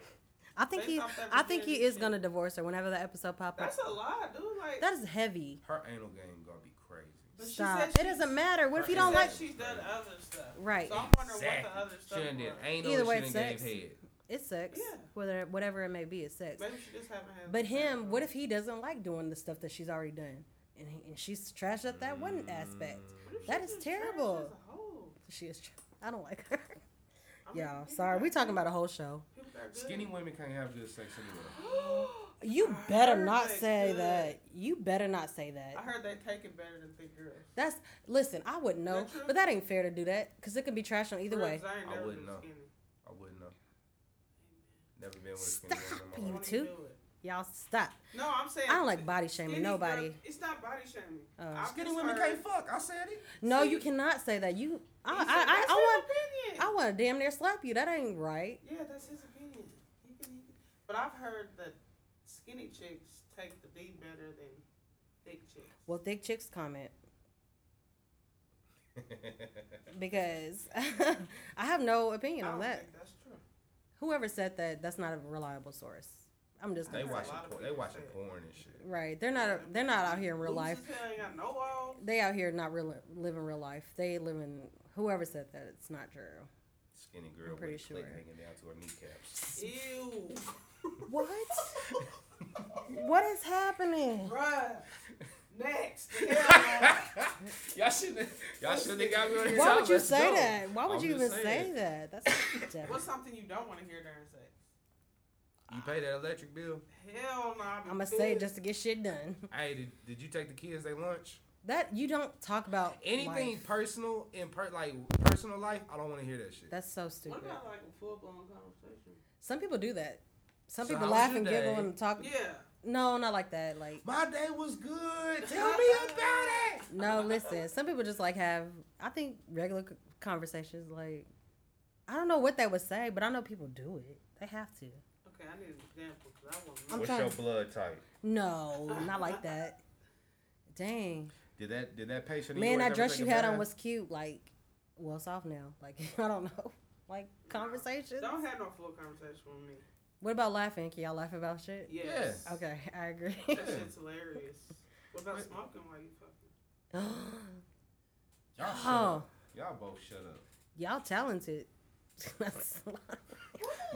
Speaker 2: I think
Speaker 3: Based
Speaker 2: he.
Speaker 3: off that
Speaker 2: I think he
Speaker 3: virginity
Speaker 2: is
Speaker 3: shit.
Speaker 2: gonna divorce her whenever the episode pop up.
Speaker 3: That's a lot, dude. Like,
Speaker 2: That is heavy.
Speaker 1: Her anal game gonna be crazy.
Speaker 3: But she
Speaker 2: Stop.
Speaker 3: said
Speaker 2: It
Speaker 3: she-
Speaker 2: doesn't matter. What if
Speaker 1: She
Speaker 2: you don't
Speaker 1: said
Speaker 2: like?
Speaker 3: she's done other stuff.
Speaker 2: Right.
Speaker 3: So I'm wondering what the other stuff
Speaker 1: She done did
Speaker 3: was.
Speaker 1: anal.
Speaker 2: Either
Speaker 1: Either
Speaker 2: way,
Speaker 1: way, she done gave
Speaker 2: sex.
Speaker 1: head.
Speaker 2: It's sex.
Speaker 3: Yeah.
Speaker 2: Whether whatever it may be, it's sex.
Speaker 3: Maybe she just haven't had.
Speaker 2: But him, what if he doesn't like doing the stuff that she's already done, and, he, and she's trashed up that
Speaker 1: Mm.
Speaker 2: one aspect?
Speaker 3: What if she
Speaker 2: that is
Speaker 3: just trash
Speaker 2: terrible.
Speaker 3: as a hoe?
Speaker 2: She is. Tra- I don't like her.
Speaker 3: I mean,
Speaker 2: Y'all,
Speaker 3: people
Speaker 2: sorry.
Speaker 3: that-
Speaker 2: We talking about a whole show.
Speaker 3: people that good. (gasps)
Speaker 1: Skinny women can't have good sex anyway.
Speaker 2: You
Speaker 3: I
Speaker 2: better
Speaker 3: heard
Speaker 2: not
Speaker 3: they
Speaker 2: say
Speaker 3: good.
Speaker 2: that. You better not say
Speaker 3: I
Speaker 2: that.
Speaker 3: heard they take it better than thick girls.
Speaker 2: That's listen. I wouldn't know,
Speaker 3: That true?
Speaker 2: but that ain't fair to do that because it can be trash on either way.
Speaker 3: Girls, I, ain't
Speaker 1: I
Speaker 3: never
Speaker 1: wouldn't
Speaker 3: been
Speaker 1: know.
Speaker 3: skinny.
Speaker 1: I wouldn't know. Never been with a skinny
Speaker 2: Stop
Speaker 1: woman. in my life.
Speaker 2: you.
Speaker 3: Don't
Speaker 2: too?
Speaker 3: even do it.
Speaker 2: Y'all stop.
Speaker 3: No, I'm saying.
Speaker 2: I don't like body shaming
Speaker 3: skinny
Speaker 2: nobody.
Speaker 3: girl- it's not body shaming.
Speaker 2: Oh.
Speaker 3: I've
Speaker 1: Skinny
Speaker 3: just
Speaker 1: women
Speaker 3: heard-
Speaker 1: can't fuck. I said it.
Speaker 2: No,
Speaker 3: See?
Speaker 2: you cannot say that. You. I
Speaker 3: He said,
Speaker 2: I I,
Speaker 3: "That's
Speaker 2: I
Speaker 3: his
Speaker 2: want.
Speaker 3: opinion."
Speaker 2: I want to damn near slap you. That ain't right.
Speaker 3: Yeah, that's his opinion. He can, he can. But I've heard that skinny chicks take the D better than thick chicks.
Speaker 2: Well, thick chicks comment because (laughs) I have no opinion
Speaker 3: I
Speaker 2: on
Speaker 3: don't
Speaker 2: that.
Speaker 3: think that's true.
Speaker 2: Whoever said that, that's not a reliable source. I'm just
Speaker 1: they
Speaker 2: gonna
Speaker 3: That's a
Speaker 1: watching
Speaker 3: lot of
Speaker 1: porn. They
Speaker 3: people
Speaker 1: watching
Speaker 3: say it.
Speaker 1: porn and shit.
Speaker 2: right. They're not. They're not out here in real
Speaker 3: Boots
Speaker 2: life. (laughs)
Speaker 3: as hell, ain't got no walls.
Speaker 2: They out here not real living real life. They live in Whoever said that, it's not true.
Speaker 1: Skinny girl
Speaker 2: pretty
Speaker 1: with a clit
Speaker 2: sure.
Speaker 1: hanging down to her kneecaps.
Speaker 2: (laughs)
Speaker 1: (laughs)
Speaker 3: Ew.
Speaker 2: What? what is happening?
Speaker 3: Bruh.
Speaker 2: (laughs)
Speaker 3: Next. Yeah.
Speaker 1: (laughs) y'all shouldn't. Y'all shouldn't have got me on here.
Speaker 2: Why would you
Speaker 1: Let's
Speaker 2: say
Speaker 1: go.
Speaker 2: that? Why would
Speaker 1: I'm
Speaker 2: you
Speaker 1: just
Speaker 2: even say
Speaker 1: saying.
Speaker 2: that? That's (laughs)
Speaker 3: What's something you don't want to hear during sex?
Speaker 1: You pay that electric bill.
Speaker 3: Hell no. Nah,
Speaker 2: I'm gonna say it just to get shit done.
Speaker 1: Hey, did, did you take the kids they lunch?
Speaker 2: That you don't talk about
Speaker 1: Anything
Speaker 2: life.
Speaker 1: personal and per, like personal life, I don't want to hear that shit.
Speaker 2: That's so
Speaker 3: What
Speaker 2: stupid.
Speaker 3: about like a full blown conversation?
Speaker 2: Some people do that. Some
Speaker 1: So
Speaker 2: people
Speaker 1: how was
Speaker 2: laugh
Speaker 1: your
Speaker 2: and giggle
Speaker 1: day?
Speaker 2: and talk.
Speaker 3: Yeah.
Speaker 2: No, not like that. Like
Speaker 1: My day was
Speaker 2: (laughs)
Speaker 1: good. Tell me about it.
Speaker 2: no, listen. Some people just like have. I think regular c- conversations. Like I don't know what they would say, but I know people do it. They have to.
Speaker 3: Okay, I need an example because I want
Speaker 2: I'm
Speaker 1: What's
Speaker 2: trying-
Speaker 1: your blood type?
Speaker 2: No, not like that. Dang,
Speaker 1: Did that did that patient? of
Speaker 2: man,
Speaker 1: yours
Speaker 2: that
Speaker 1: ever
Speaker 2: dress
Speaker 1: take
Speaker 2: you
Speaker 1: a
Speaker 2: had
Speaker 1: bath?
Speaker 2: on was cute. Like, well, it's off now. Like (laughs) I don't know. Like conversations.
Speaker 3: Don't have no full conversation with me.
Speaker 2: What about laughing? Can y'all laugh about shit?
Speaker 3: Yes.
Speaker 1: Yeah.
Speaker 2: Okay, (laughs) I agree.
Speaker 3: That shit's hilarious. What about smoking while you fucking?
Speaker 1: Y'all shut
Speaker 2: oh,
Speaker 1: up. Y'all both shut up.
Speaker 2: (gasps) y'all talented. (laughs) That's a lot.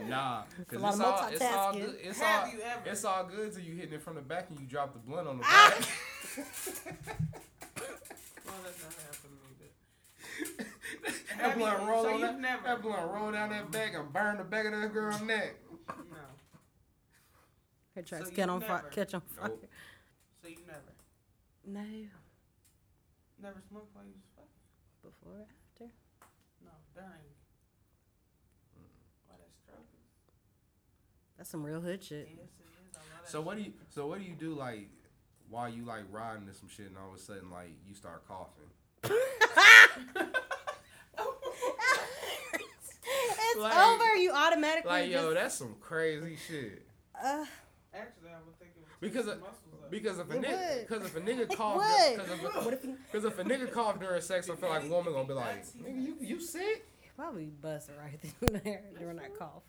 Speaker 1: Nah,
Speaker 2: a
Speaker 1: because
Speaker 2: lot
Speaker 1: it's,
Speaker 2: of
Speaker 1: all it's all
Speaker 2: multitasking.
Speaker 1: good. It's
Speaker 3: Have
Speaker 1: all,
Speaker 3: you ever?
Speaker 1: it's all good till you hitting it from the back and you drop the blunt on the
Speaker 2: Ah!
Speaker 1: back. (laughs)
Speaker 3: Well, that's not happening either.
Speaker 1: that
Speaker 3: Have you-
Speaker 1: blunt roll
Speaker 3: so
Speaker 1: on
Speaker 3: you've
Speaker 1: that,
Speaker 3: never-
Speaker 1: that blunt roll down that back and burn the back of that girl's neck.
Speaker 3: No.
Speaker 2: Her tracks
Speaker 3: you
Speaker 2: get on fire.
Speaker 3: never-
Speaker 2: Catch on fire.
Speaker 1: Nope.
Speaker 3: So you never,
Speaker 2: No,
Speaker 3: never smoked while you was fucking?
Speaker 2: before or after.
Speaker 3: No, during.
Speaker 1: Mm.
Speaker 3: Why that's stroking?
Speaker 2: That's some real hood shit.
Speaker 3: Yes, it is. I know that.
Speaker 1: So what do you so what do you do like while you like riding to some shit and all of a sudden like you start coughing?
Speaker 2: (laughs) it's
Speaker 1: Like-
Speaker 2: over. You automatically
Speaker 1: Like yo,
Speaker 2: just-
Speaker 1: that's some crazy shit.
Speaker 2: uh,
Speaker 3: (laughs) Actually, I would think it was
Speaker 1: Because
Speaker 3: tense
Speaker 1: of-
Speaker 3: muscles up.
Speaker 1: Because if a
Speaker 2: It
Speaker 1: nigga
Speaker 2: would.
Speaker 1: because if a nigga
Speaker 2: (laughs)
Speaker 1: cough
Speaker 2: would.
Speaker 1: because if a,
Speaker 2: uh, What if you
Speaker 1: Cause if a nigga cough during sex, I feel like woman gonna be like, "Nigga, you you sick?"
Speaker 2: probably bust right (laughs) then there during that cough?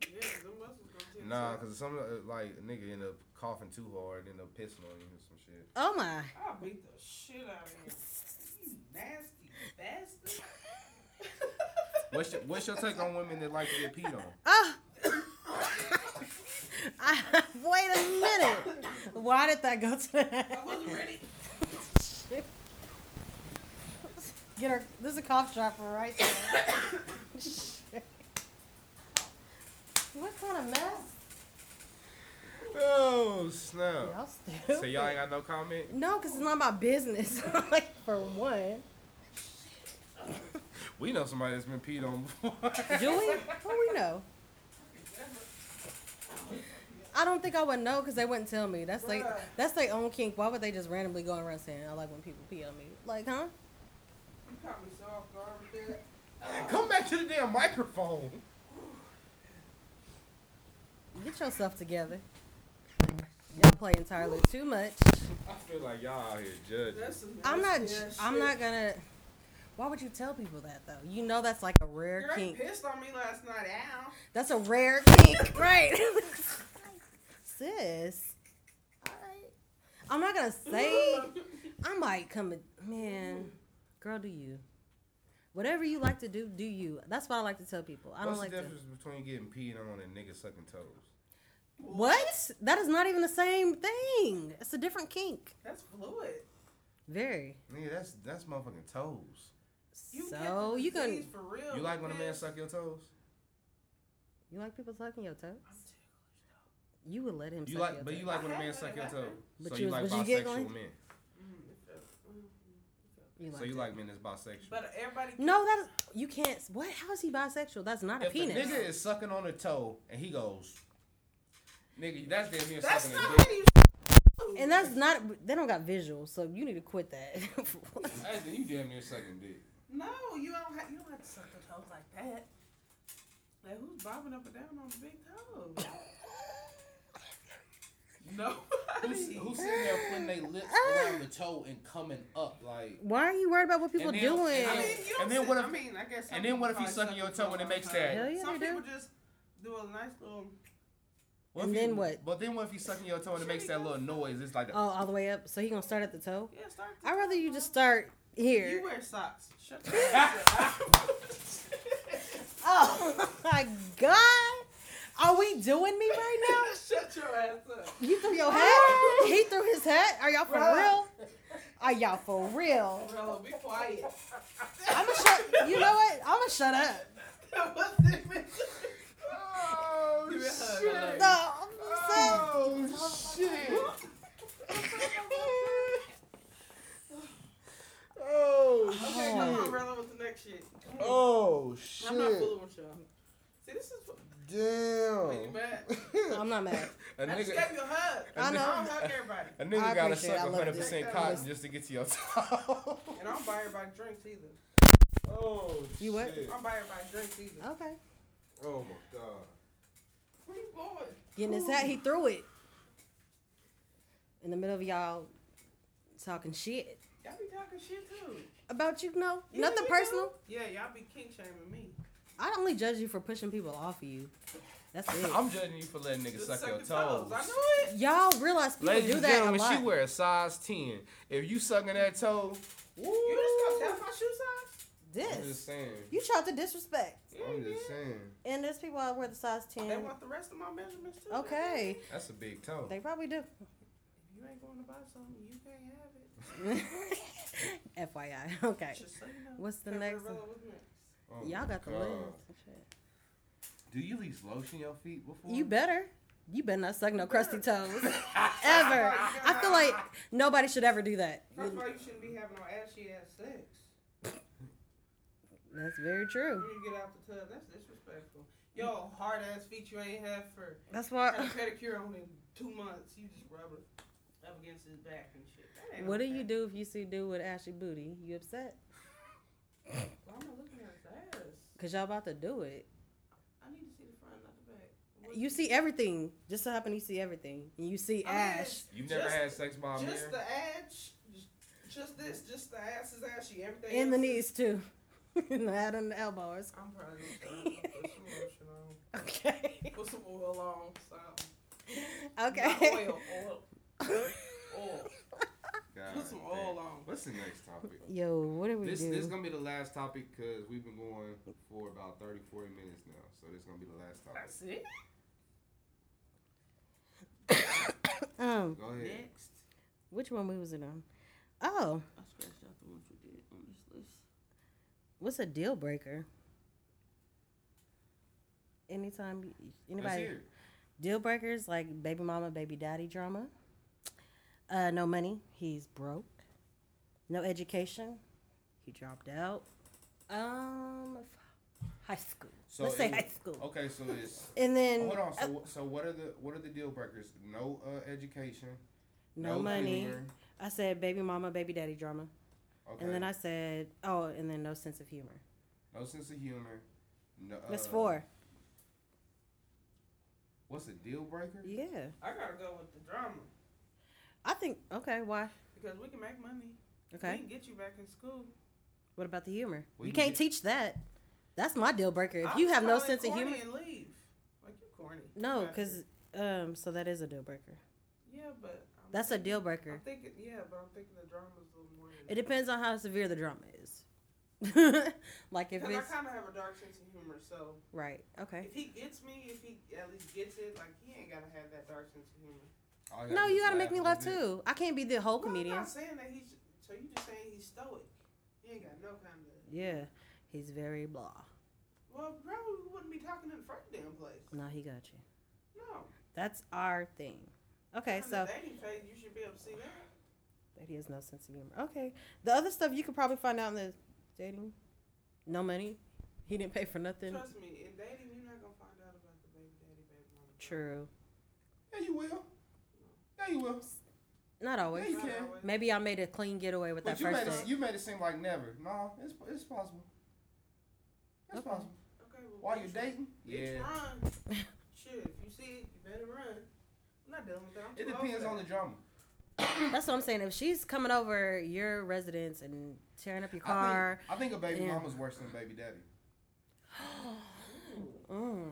Speaker 3: Yeah, 'cause them muscles gonna tense
Speaker 1: Nah,
Speaker 3: up.
Speaker 1: cause some uh, like a nigga end up coughing too hard, end up pissing on you or some shit.
Speaker 2: Oh my!
Speaker 3: I'll beat the shit out of him. You nasty bastard.
Speaker 1: What's your, what's your take on women that like to get peed on?
Speaker 2: Ah. I, (laughs) wait a minute. Why did that go to
Speaker 3: I
Speaker 2: that?
Speaker 3: wasn't ready.
Speaker 2: Get her. This is a cough dropper right (coughs) there. Shit. what kind of mess?
Speaker 1: Oh snap!
Speaker 2: Y'all stupid.
Speaker 1: So y'all ain't got no comment.
Speaker 2: no, because it's not my business. (laughs) like for one,
Speaker 1: We know somebody that's been peed on before. (laughs)
Speaker 2: do we? Who we know? I don't think I would know because they wouldn't tell me. That's like
Speaker 3: Bruh.
Speaker 2: that's their own kink. Why would they just randomly go around saying I like when people pee on me? Like, huh?
Speaker 3: You caught me so off guard with that.
Speaker 1: Come back to the damn microphone.
Speaker 2: Get yourself together. Y'all play entirely too much.
Speaker 1: I feel like y'all out here judging.
Speaker 3: That's some
Speaker 2: I'm not.
Speaker 3: nasty ass
Speaker 2: I'm
Speaker 3: shit.
Speaker 2: not gonna. Why would you tell people that though? You know that's like a rare
Speaker 3: Girl, you
Speaker 2: kink.
Speaker 3: pissed on me last night. Ow.
Speaker 2: That's a rare kink, (laughs) right? Sis, I'm not gonna say. I might come. a- Man, girl, do you? Whatever you like to do, do you. That's what I like to tell people. I don't
Speaker 1: What's
Speaker 2: like
Speaker 1: the
Speaker 2: to.
Speaker 1: difference between getting peed on and nigga sucking toes?
Speaker 2: What? That is not even the same thing. It's a different kink.
Speaker 3: That's fluid.
Speaker 2: Very.
Speaker 1: Nigga, that's that's motherfucking toes.
Speaker 2: so you can
Speaker 3: can for real.
Speaker 1: You like when a man
Speaker 3: bitch.
Speaker 1: suck your toes?
Speaker 2: you like people sucking your toes?
Speaker 3: I'm tickled.
Speaker 2: You would let him.
Speaker 1: You
Speaker 2: suck
Speaker 1: like,
Speaker 2: your
Speaker 1: but
Speaker 2: toes.
Speaker 1: you like when a
Speaker 3: I
Speaker 1: man
Speaker 3: have
Speaker 1: suck
Speaker 3: it,
Speaker 1: your
Speaker 3: I
Speaker 1: toe.
Speaker 3: have it.
Speaker 2: But
Speaker 1: So
Speaker 2: you
Speaker 1: you like
Speaker 2: was- was
Speaker 1: bisexual
Speaker 2: you giggling?
Speaker 1: men.
Speaker 3: Mm, it felt- mm, it felt-
Speaker 2: You
Speaker 1: So you
Speaker 2: that.
Speaker 1: like men that's bisexual.
Speaker 3: But everybody.
Speaker 2: No, that is, you can't. What? How is he bisexual? That's not a
Speaker 1: if a
Speaker 2: penis.
Speaker 1: nigga is sucking on a toe and he goes, nigga, that's damn near
Speaker 3: That's
Speaker 1: sucking
Speaker 3: not
Speaker 1: a
Speaker 3: how
Speaker 1: dick.
Speaker 3: you.
Speaker 2: and that's not. They don't got visuals, so you need to quit that. (laughs)
Speaker 1: That's you damn near sucking dick.
Speaker 3: No, you don't have. You don't have to suck the toes like that. Like who's bobbing up and down on the big
Speaker 2: (laughs)
Speaker 3: toe? no.
Speaker 1: Who's, who's sitting there putting their lips
Speaker 2: Ah.
Speaker 1: around the toe and coming up like?
Speaker 2: Why are you worried about what people
Speaker 1: then-
Speaker 2: doing?
Speaker 1: and then- And then what if-
Speaker 3: I mean, I guess. some
Speaker 1: and then what if
Speaker 3: people
Speaker 1: he's
Speaker 3: probably
Speaker 1: sucking your
Speaker 3: suck
Speaker 1: toe
Speaker 3: the
Speaker 1: and it
Speaker 3: all
Speaker 1: makes
Speaker 3: the time.
Speaker 1: that?
Speaker 2: Hell yeah,
Speaker 3: Some
Speaker 2: they do.
Speaker 3: people just do a nice little.
Speaker 1: What
Speaker 2: And
Speaker 1: if you-
Speaker 2: then what?
Speaker 1: But then what if he's sucking (laughs) your toe and it makes that little noise? It's like, a,
Speaker 2: oh, all the way up. So he gonna start at the toe?
Speaker 3: Yeah, start.
Speaker 2: I'd rather you just start
Speaker 3: You
Speaker 2: here.
Speaker 3: wear socks.
Speaker 2: (laughs)
Speaker 3: Shut your ass up.
Speaker 2: Oh (laughs) my god. Are we doing me right
Speaker 3: (laughs) Shut your ass up.
Speaker 2: now? You threw
Speaker 1: (laughs)
Speaker 2: your hat? He threw his hat? Are y'all for
Speaker 3: Bruh.
Speaker 2: real? Are y'all for real?
Speaker 3: Bro, be quiet.
Speaker 2: I'ma
Speaker 3: (laughs)
Speaker 2: shut you know what? I'ma shut up.
Speaker 3: That wasn't even-
Speaker 1: Oh,
Speaker 3: Give me a hug, I
Speaker 1: shit.
Speaker 2: No, I'm upset.
Speaker 1: Oh, shit. Oh,
Speaker 2: Oh.
Speaker 3: Okay, come on,
Speaker 1: shit.
Speaker 3: Rella, with the next shit. Come on.
Speaker 1: Oh,
Speaker 3: I'm not
Speaker 1: shit.
Speaker 3: fooling with y'all. See, this is what. Are you
Speaker 1: Damn.
Speaker 3: mad?
Speaker 2: I'm not mad.
Speaker 1: A
Speaker 3: I just
Speaker 1: nigga,
Speaker 3: gave you a hug.
Speaker 1: a
Speaker 2: I
Speaker 3: I
Speaker 2: know.
Speaker 3: don't hug everybody.
Speaker 1: a
Speaker 2: I
Speaker 1: nigga gotta
Speaker 2: appreciate it.
Speaker 1: suck
Speaker 2: I love
Speaker 1: 100%
Speaker 3: this.
Speaker 1: cotton just to get to your (laughs) top.
Speaker 3: And I don't buy everybody drinks either.
Speaker 1: oh,
Speaker 2: You what?
Speaker 3: I
Speaker 1: shit.
Speaker 3: don't buy everybody drinks either.
Speaker 2: Okay.
Speaker 1: Oh, my God.
Speaker 3: Where you going?
Speaker 2: Getting his hat, he threw it. In the middle of y'all talking shit.
Speaker 3: Y'all be talking shit too.
Speaker 2: About you, no.
Speaker 3: You
Speaker 2: Nothing
Speaker 3: know?
Speaker 2: personal.
Speaker 3: Yeah, y'all be king shaming me.
Speaker 2: I only judge you for pushing people off of you. That's it.
Speaker 1: I'm judging you for letting niggas
Speaker 3: Just
Speaker 1: suck, your toes.
Speaker 3: I know it.
Speaker 2: Y'all realize people
Speaker 1: Ladies
Speaker 2: do
Speaker 1: and
Speaker 2: that a
Speaker 1: gentlemen,
Speaker 2: lot.
Speaker 1: she wears size 10. If you sucking that toe, woo,
Speaker 3: You just come down my shoe size?
Speaker 1: I'm just
Speaker 2: this.
Speaker 1: saying.
Speaker 2: You tried to disrespect.
Speaker 1: I'm
Speaker 3: Yeah,
Speaker 1: just saying.
Speaker 2: And there's people out wear the size
Speaker 3: yeah.
Speaker 2: 10.
Speaker 3: They want the rest of my measurements too.
Speaker 2: Okay.
Speaker 1: That's a big toe.
Speaker 2: They probably do. (laughs)
Speaker 3: If you ain't going to buy something, you can't have it.
Speaker 2: FYI. Okay.
Speaker 3: Just so you know.
Speaker 2: What's the
Speaker 3: Okay,
Speaker 2: next
Speaker 3: Rella,
Speaker 2: one?
Speaker 3: what's next?
Speaker 1: Oh
Speaker 2: Y'all
Speaker 1: my
Speaker 2: got the
Speaker 1: God.
Speaker 2: limbs. and shit.
Speaker 1: Do you at least lotion your feet before?
Speaker 3: (laughs)
Speaker 2: You better. You better not suck no crusty toes.
Speaker 3: Oh
Speaker 2: ever.
Speaker 3: my
Speaker 2: I feel
Speaker 3: God.
Speaker 2: like nobody should ever do that.
Speaker 3: First of all, you shouldn't
Speaker 2: Mm.
Speaker 3: be having no ashy ass sex.
Speaker 2: That's very true.
Speaker 3: When you get out the tub, that's disrespectful. Yo, hard ass feet you ain't have for
Speaker 2: That's
Speaker 3: had a
Speaker 2: why.
Speaker 3: pedicure on in two months. You just rub it up against his back and shit. That ain't
Speaker 2: What do
Speaker 3: okay.
Speaker 2: you do if you see dude with ashy booty? You upset?
Speaker 3: Why am I looking at his ass?
Speaker 2: Because y'all about to do it.
Speaker 3: I need to see the front, not the back. What-
Speaker 2: You see everything. Just so happen you see everything. And you see
Speaker 3: I mean,
Speaker 2: ash.
Speaker 1: You've never
Speaker 3: Just-
Speaker 1: had sex by a mirror?
Speaker 3: Just the ash, just this, just the ass is ashy. Everything
Speaker 2: And the
Speaker 3: else is-
Speaker 2: knees too. (laughs) and the head and the elbows. (laughs)
Speaker 3: I'm probably gonna try to put some lotion on.
Speaker 2: Okay.
Speaker 3: Put some oil on. Something.
Speaker 2: Okay.
Speaker 3: Not
Speaker 2: (laughs)
Speaker 3: oil, oil, oil.
Speaker 1: God
Speaker 3: Put some
Speaker 1: damn.
Speaker 3: oil on.
Speaker 1: What's the next topic?
Speaker 2: Yo, what do (laughs) we
Speaker 1: This
Speaker 2: do?
Speaker 1: this is gonna be the last topic because we've been going for about 30, 40 minutes now. So this is gonna be the last topic.
Speaker 3: That's it.
Speaker 2: um,
Speaker 1: Go ahead.
Speaker 3: Next.
Speaker 2: which one we was it on? Oh,
Speaker 3: I scratched out the ones we did on this list.
Speaker 2: what's a deal breaker? Anytime you-
Speaker 1: Let's
Speaker 2: anybody
Speaker 1: hear it.
Speaker 2: deal breakers like baby mama, baby daddy drama. Uh, no money, he's broke. No education, he dropped out. Um, f- high school.
Speaker 1: So
Speaker 2: Let's say
Speaker 1: it-
Speaker 2: high school.
Speaker 1: Okay, so it's
Speaker 2: And then
Speaker 1: hold on.
Speaker 2: uh,
Speaker 1: So, wh- so what are the what are the deal breakers? No uh, education.
Speaker 2: no money.
Speaker 1: humor.
Speaker 2: I said baby mama, baby daddy drama.
Speaker 1: Okay.
Speaker 2: And then I said, oh, and then no sense of humor.
Speaker 1: no sense of humor. No,
Speaker 2: That's
Speaker 1: uh,
Speaker 2: four.
Speaker 1: What's a deal breaker?
Speaker 2: Yeah.
Speaker 3: I gotta go with the drama
Speaker 2: I think, okay, why?
Speaker 3: because we can make money. We
Speaker 2: Okay.
Speaker 3: can get you back in school.
Speaker 2: What about the humor?
Speaker 1: We
Speaker 2: you
Speaker 1: can
Speaker 2: can't
Speaker 1: get-
Speaker 2: teach that. That's my deal breaker. If
Speaker 3: I'll
Speaker 2: you
Speaker 3: just
Speaker 2: have no
Speaker 3: call it
Speaker 2: sense of
Speaker 3: corny
Speaker 2: humor.
Speaker 3: and leave. Like you corny.
Speaker 2: No,
Speaker 3: Bastard.
Speaker 2: because, um, so that is a deal breaker.
Speaker 3: yeah, but I'm
Speaker 2: That's a
Speaker 3: thinking-
Speaker 2: deal
Speaker 3: I'm
Speaker 2: breaker.
Speaker 3: thinking, yeah, but I'm thinking the drama's a little more. than
Speaker 2: It
Speaker 3: that.
Speaker 2: depends on how severe the drama is. (laughs) like if
Speaker 3: Because I
Speaker 2: it's,
Speaker 3: kind of have a dark sense of humor, so
Speaker 2: right, okay.
Speaker 3: if he gets me, if he at least gets it, like he ain't gotta have that dark sense of humor.
Speaker 1: All
Speaker 2: No,
Speaker 1: do
Speaker 2: you
Speaker 1: is
Speaker 2: gotta make me
Speaker 1: laugh
Speaker 2: laugh
Speaker 1: a little
Speaker 2: too. I can't be the whole
Speaker 3: Well, I'm
Speaker 2: comedian.
Speaker 3: not saying that he's. So you just saying he's stoic. He ain't got no kind of.
Speaker 2: Yeah. He's very blah.
Speaker 3: Well, probably wouldn't be talking in the first damn place.
Speaker 2: No, he got you.
Speaker 3: No.
Speaker 2: That's our thing. Okay,
Speaker 3: On
Speaker 2: so
Speaker 3: the dating phase, you should be able to see that.
Speaker 2: That he has no sense of humor. Okay. The other stuff you could probably find out in the dating. No money. He didn't pay for nothing.
Speaker 3: Trust me, in dating, you're not gonna find out about the baby daddy, baby mama.
Speaker 2: True.
Speaker 1: bit. Yeah, you will. Yeah, you will.
Speaker 2: Not always.
Speaker 1: Yeah, you
Speaker 3: Not
Speaker 1: can.
Speaker 3: always.
Speaker 2: Maybe I made a clean getaway with
Speaker 1: But
Speaker 2: that
Speaker 1: you made
Speaker 2: first
Speaker 1: it,
Speaker 2: one.
Speaker 1: you made it seem like never. No, it's it's possible. It's
Speaker 2: Okay.
Speaker 1: possible.
Speaker 3: Okay. Well,
Speaker 1: While
Speaker 3: bitch,
Speaker 1: you're dating,
Speaker 3: Bitch,
Speaker 2: (laughs)
Speaker 3: run. Shit, if you see it, you better run. I'm not dealing with that. I'm
Speaker 1: It
Speaker 3: too old
Speaker 1: depends
Speaker 3: for
Speaker 1: on the
Speaker 3: that.
Speaker 1: drama.
Speaker 2: That's what I'm saying. If she's coming over your residence and tearing up your
Speaker 1: I
Speaker 2: car, (gasps)
Speaker 1: think, I think a baby
Speaker 2: Yeah.
Speaker 1: mama's worse than a baby daddy.
Speaker 3: Ooh,
Speaker 2: mm.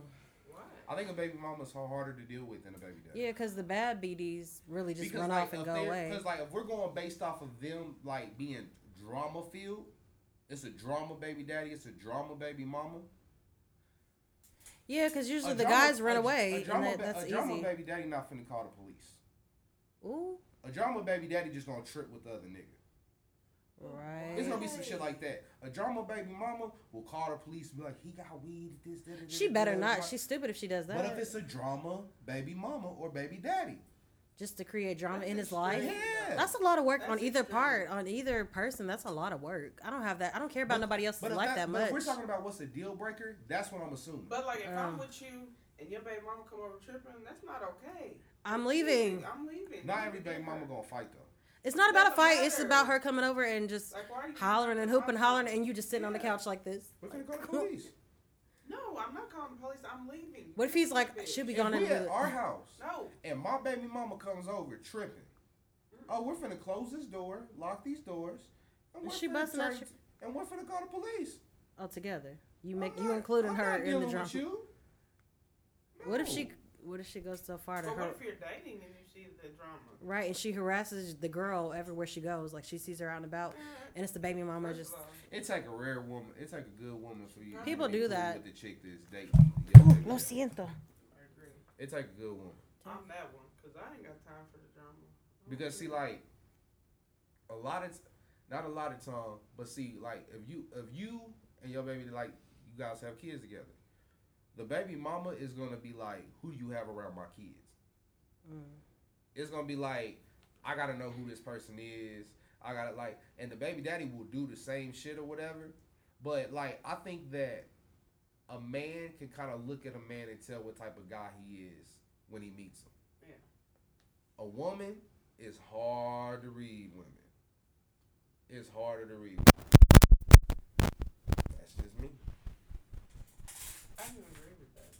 Speaker 3: Why?
Speaker 1: I think a baby mama's har- harder to deal with than a baby daddy.
Speaker 2: yeah, because the bad BDs really just run off and
Speaker 1: if
Speaker 2: go
Speaker 1: they're-
Speaker 2: away.
Speaker 1: Because like if we're going based off of them like being drama filled. It's a drama baby daddy. It's a drama baby mama.
Speaker 2: Yeah, because usually
Speaker 1: A
Speaker 2: the
Speaker 1: drama-
Speaker 2: guys run
Speaker 1: a-
Speaker 2: away,
Speaker 1: A drama,
Speaker 2: and
Speaker 1: ba-
Speaker 2: that, that's
Speaker 1: a drama
Speaker 2: easy.
Speaker 1: baby daddy not finna call the police.
Speaker 2: Ooh,
Speaker 1: A drama baby daddy just gonna trip with the other nigga.
Speaker 2: right.
Speaker 1: It's gonna be some shit like that. A drama baby mama will call the police and be like, he got weed, this, that, that,
Speaker 2: She
Speaker 1: that,
Speaker 2: better
Speaker 1: that,
Speaker 2: not.
Speaker 1: that."
Speaker 2: She's stupid if she does
Speaker 1: But if
Speaker 2: that.
Speaker 1: it's a drama baby mama or baby daddy?
Speaker 2: Just to create drama
Speaker 3: That's
Speaker 2: in his
Speaker 3: extreme.
Speaker 2: life.
Speaker 1: Yeah.
Speaker 2: That's a lot of work
Speaker 3: That's
Speaker 2: on either
Speaker 3: extreme.
Speaker 2: part, on either person. That's a lot of work. I don't have that. I don't care about
Speaker 1: But-
Speaker 2: nobody else's
Speaker 1: But if,
Speaker 2: life that,
Speaker 1: but if we're
Speaker 2: much.
Speaker 1: talking about what's a deal breaker, that's what I'm assuming.
Speaker 3: But like, if I'm
Speaker 2: Um.
Speaker 3: with you and your baby mama come over tripping, that's not okay.
Speaker 2: I'm leaving.
Speaker 3: I'm leaving.
Speaker 1: not
Speaker 3: You
Speaker 1: every baby
Speaker 3: leave
Speaker 1: mama
Speaker 3: her.
Speaker 1: gonna fight though.
Speaker 2: It's not about a
Speaker 3: Doesn't
Speaker 2: fight. It's
Speaker 3: matter.
Speaker 2: about her coming over and just
Speaker 3: Like, why are you
Speaker 2: hollering and hooping, hollering, and you just sitting on the
Speaker 3: Yeah.
Speaker 2: couch like this.
Speaker 1: We're gonna call the police.
Speaker 3: No, I'm not calling the police. I'm leaving.
Speaker 2: What if he's like,
Speaker 3: Stupid.
Speaker 2: she'll be
Speaker 1: If
Speaker 2: gone
Speaker 1: we
Speaker 2: and do
Speaker 1: at
Speaker 2: it.
Speaker 1: our house
Speaker 3: No,
Speaker 1: and my baby mama comes over tripping. Oh, we're finna close this door, lock these doors, and
Speaker 2: Is
Speaker 1: we're
Speaker 2: she
Speaker 1: finna
Speaker 2: busting at
Speaker 1: turn- and we're finna call the police.
Speaker 2: altogether. You make
Speaker 1: I'm
Speaker 2: you
Speaker 1: not-
Speaker 2: including
Speaker 1: I'm
Speaker 2: her
Speaker 1: not
Speaker 2: in the
Speaker 1: dealing
Speaker 2: drama.
Speaker 1: with you.
Speaker 2: What if
Speaker 1: No.
Speaker 2: she? What if she goes so far to
Speaker 3: but
Speaker 2: her?
Speaker 3: what if you're dating and you see the drama?
Speaker 2: Right, and she harasses the girl everywhere she goes. Like she sees her out and about, and it's the baby mama
Speaker 3: First
Speaker 2: just.
Speaker 3: of all,
Speaker 1: It take a rare woman. It take a good woman for you. to
Speaker 2: People
Speaker 1: be
Speaker 2: do
Speaker 1: cool
Speaker 2: that.
Speaker 1: With the chick that's dating. you.
Speaker 2: Ooh, lo siento.
Speaker 3: I agree.
Speaker 1: It take a good woman
Speaker 3: I'm that one because I ain't got time for the drama.
Speaker 1: because see, like, a lot of, t- not a lot of time, but see, like, if you if you and your baby like you guys have kids together, the baby mama is gonna be like, who do you have around my kids? It's gonna be like, I gotta know who this person is. I gotta like, and the baby daddy will do the same shit or whatever. But like, I think that a man can kind of look at a man and tell what type of guy he is when he meets him.
Speaker 3: Yeah.
Speaker 1: A woman is hard to read. Women, it's harder to read. women. That's just me.
Speaker 3: I can agree with that.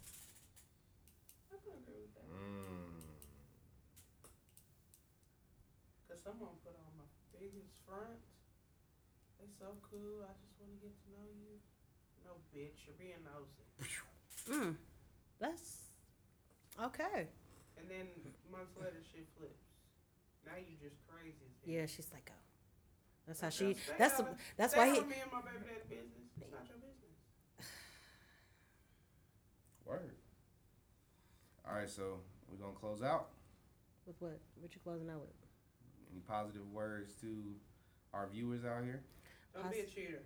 Speaker 3: I can agree with that.
Speaker 1: Mm.
Speaker 3: Because someone put on my biggest front. They so cool. I just want to get to know you. No, bitch, you're being nosy.
Speaker 2: Mm. That's okay.
Speaker 3: And then months later, shit flips. Now you just crazy. as hell.
Speaker 2: Yeah, she's like, oh, that's how
Speaker 3: That's
Speaker 2: she.
Speaker 3: just- they
Speaker 2: That's
Speaker 3: gotta-
Speaker 2: that's
Speaker 3: Stay
Speaker 2: why
Speaker 3: out
Speaker 2: he.
Speaker 3: of me and my baby daddy business. It's not your business.
Speaker 1: Word. All right, so we're gonna close out.
Speaker 2: With what? What you closing out with?
Speaker 1: Any positive words to our viewers out here?
Speaker 3: Don't be a cheater.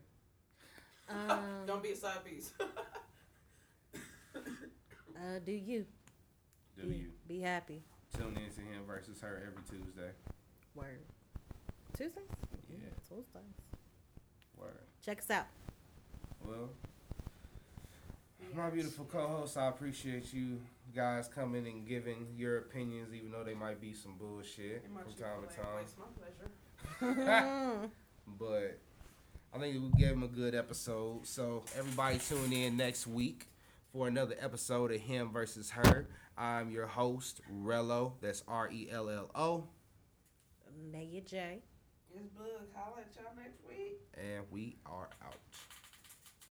Speaker 2: Um,
Speaker 3: (laughs) Don't be a side
Speaker 2: (laughs)
Speaker 3: piece.
Speaker 2: uh, do you?
Speaker 1: Do you
Speaker 2: be happy?
Speaker 1: tune in to him versus her every Tuesday?
Speaker 2: Word. Tuesday.
Speaker 1: Yeah,
Speaker 2: Tuesday.
Speaker 1: word.
Speaker 2: Check us out.
Speaker 1: Well, my beautiful co-host, I appreciate you guys coming and giving your opinions, even though they might be some bullshit
Speaker 3: And my
Speaker 1: from
Speaker 3: Chick-fil-A
Speaker 1: time
Speaker 3: ain't
Speaker 1: to time.
Speaker 3: waste my pleasure.
Speaker 2: (laughs)
Speaker 1: (laughs)
Speaker 2: Mm.
Speaker 1: but I think we gave him a good episode. So everybody tune in next week for another episode of Him versus Her. I'm your host, Rello. That's R E L L O,
Speaker 2: Mega J.
Speaker 3: It's Bug. Holla at y'all next week.
Speaker 1: and we are out.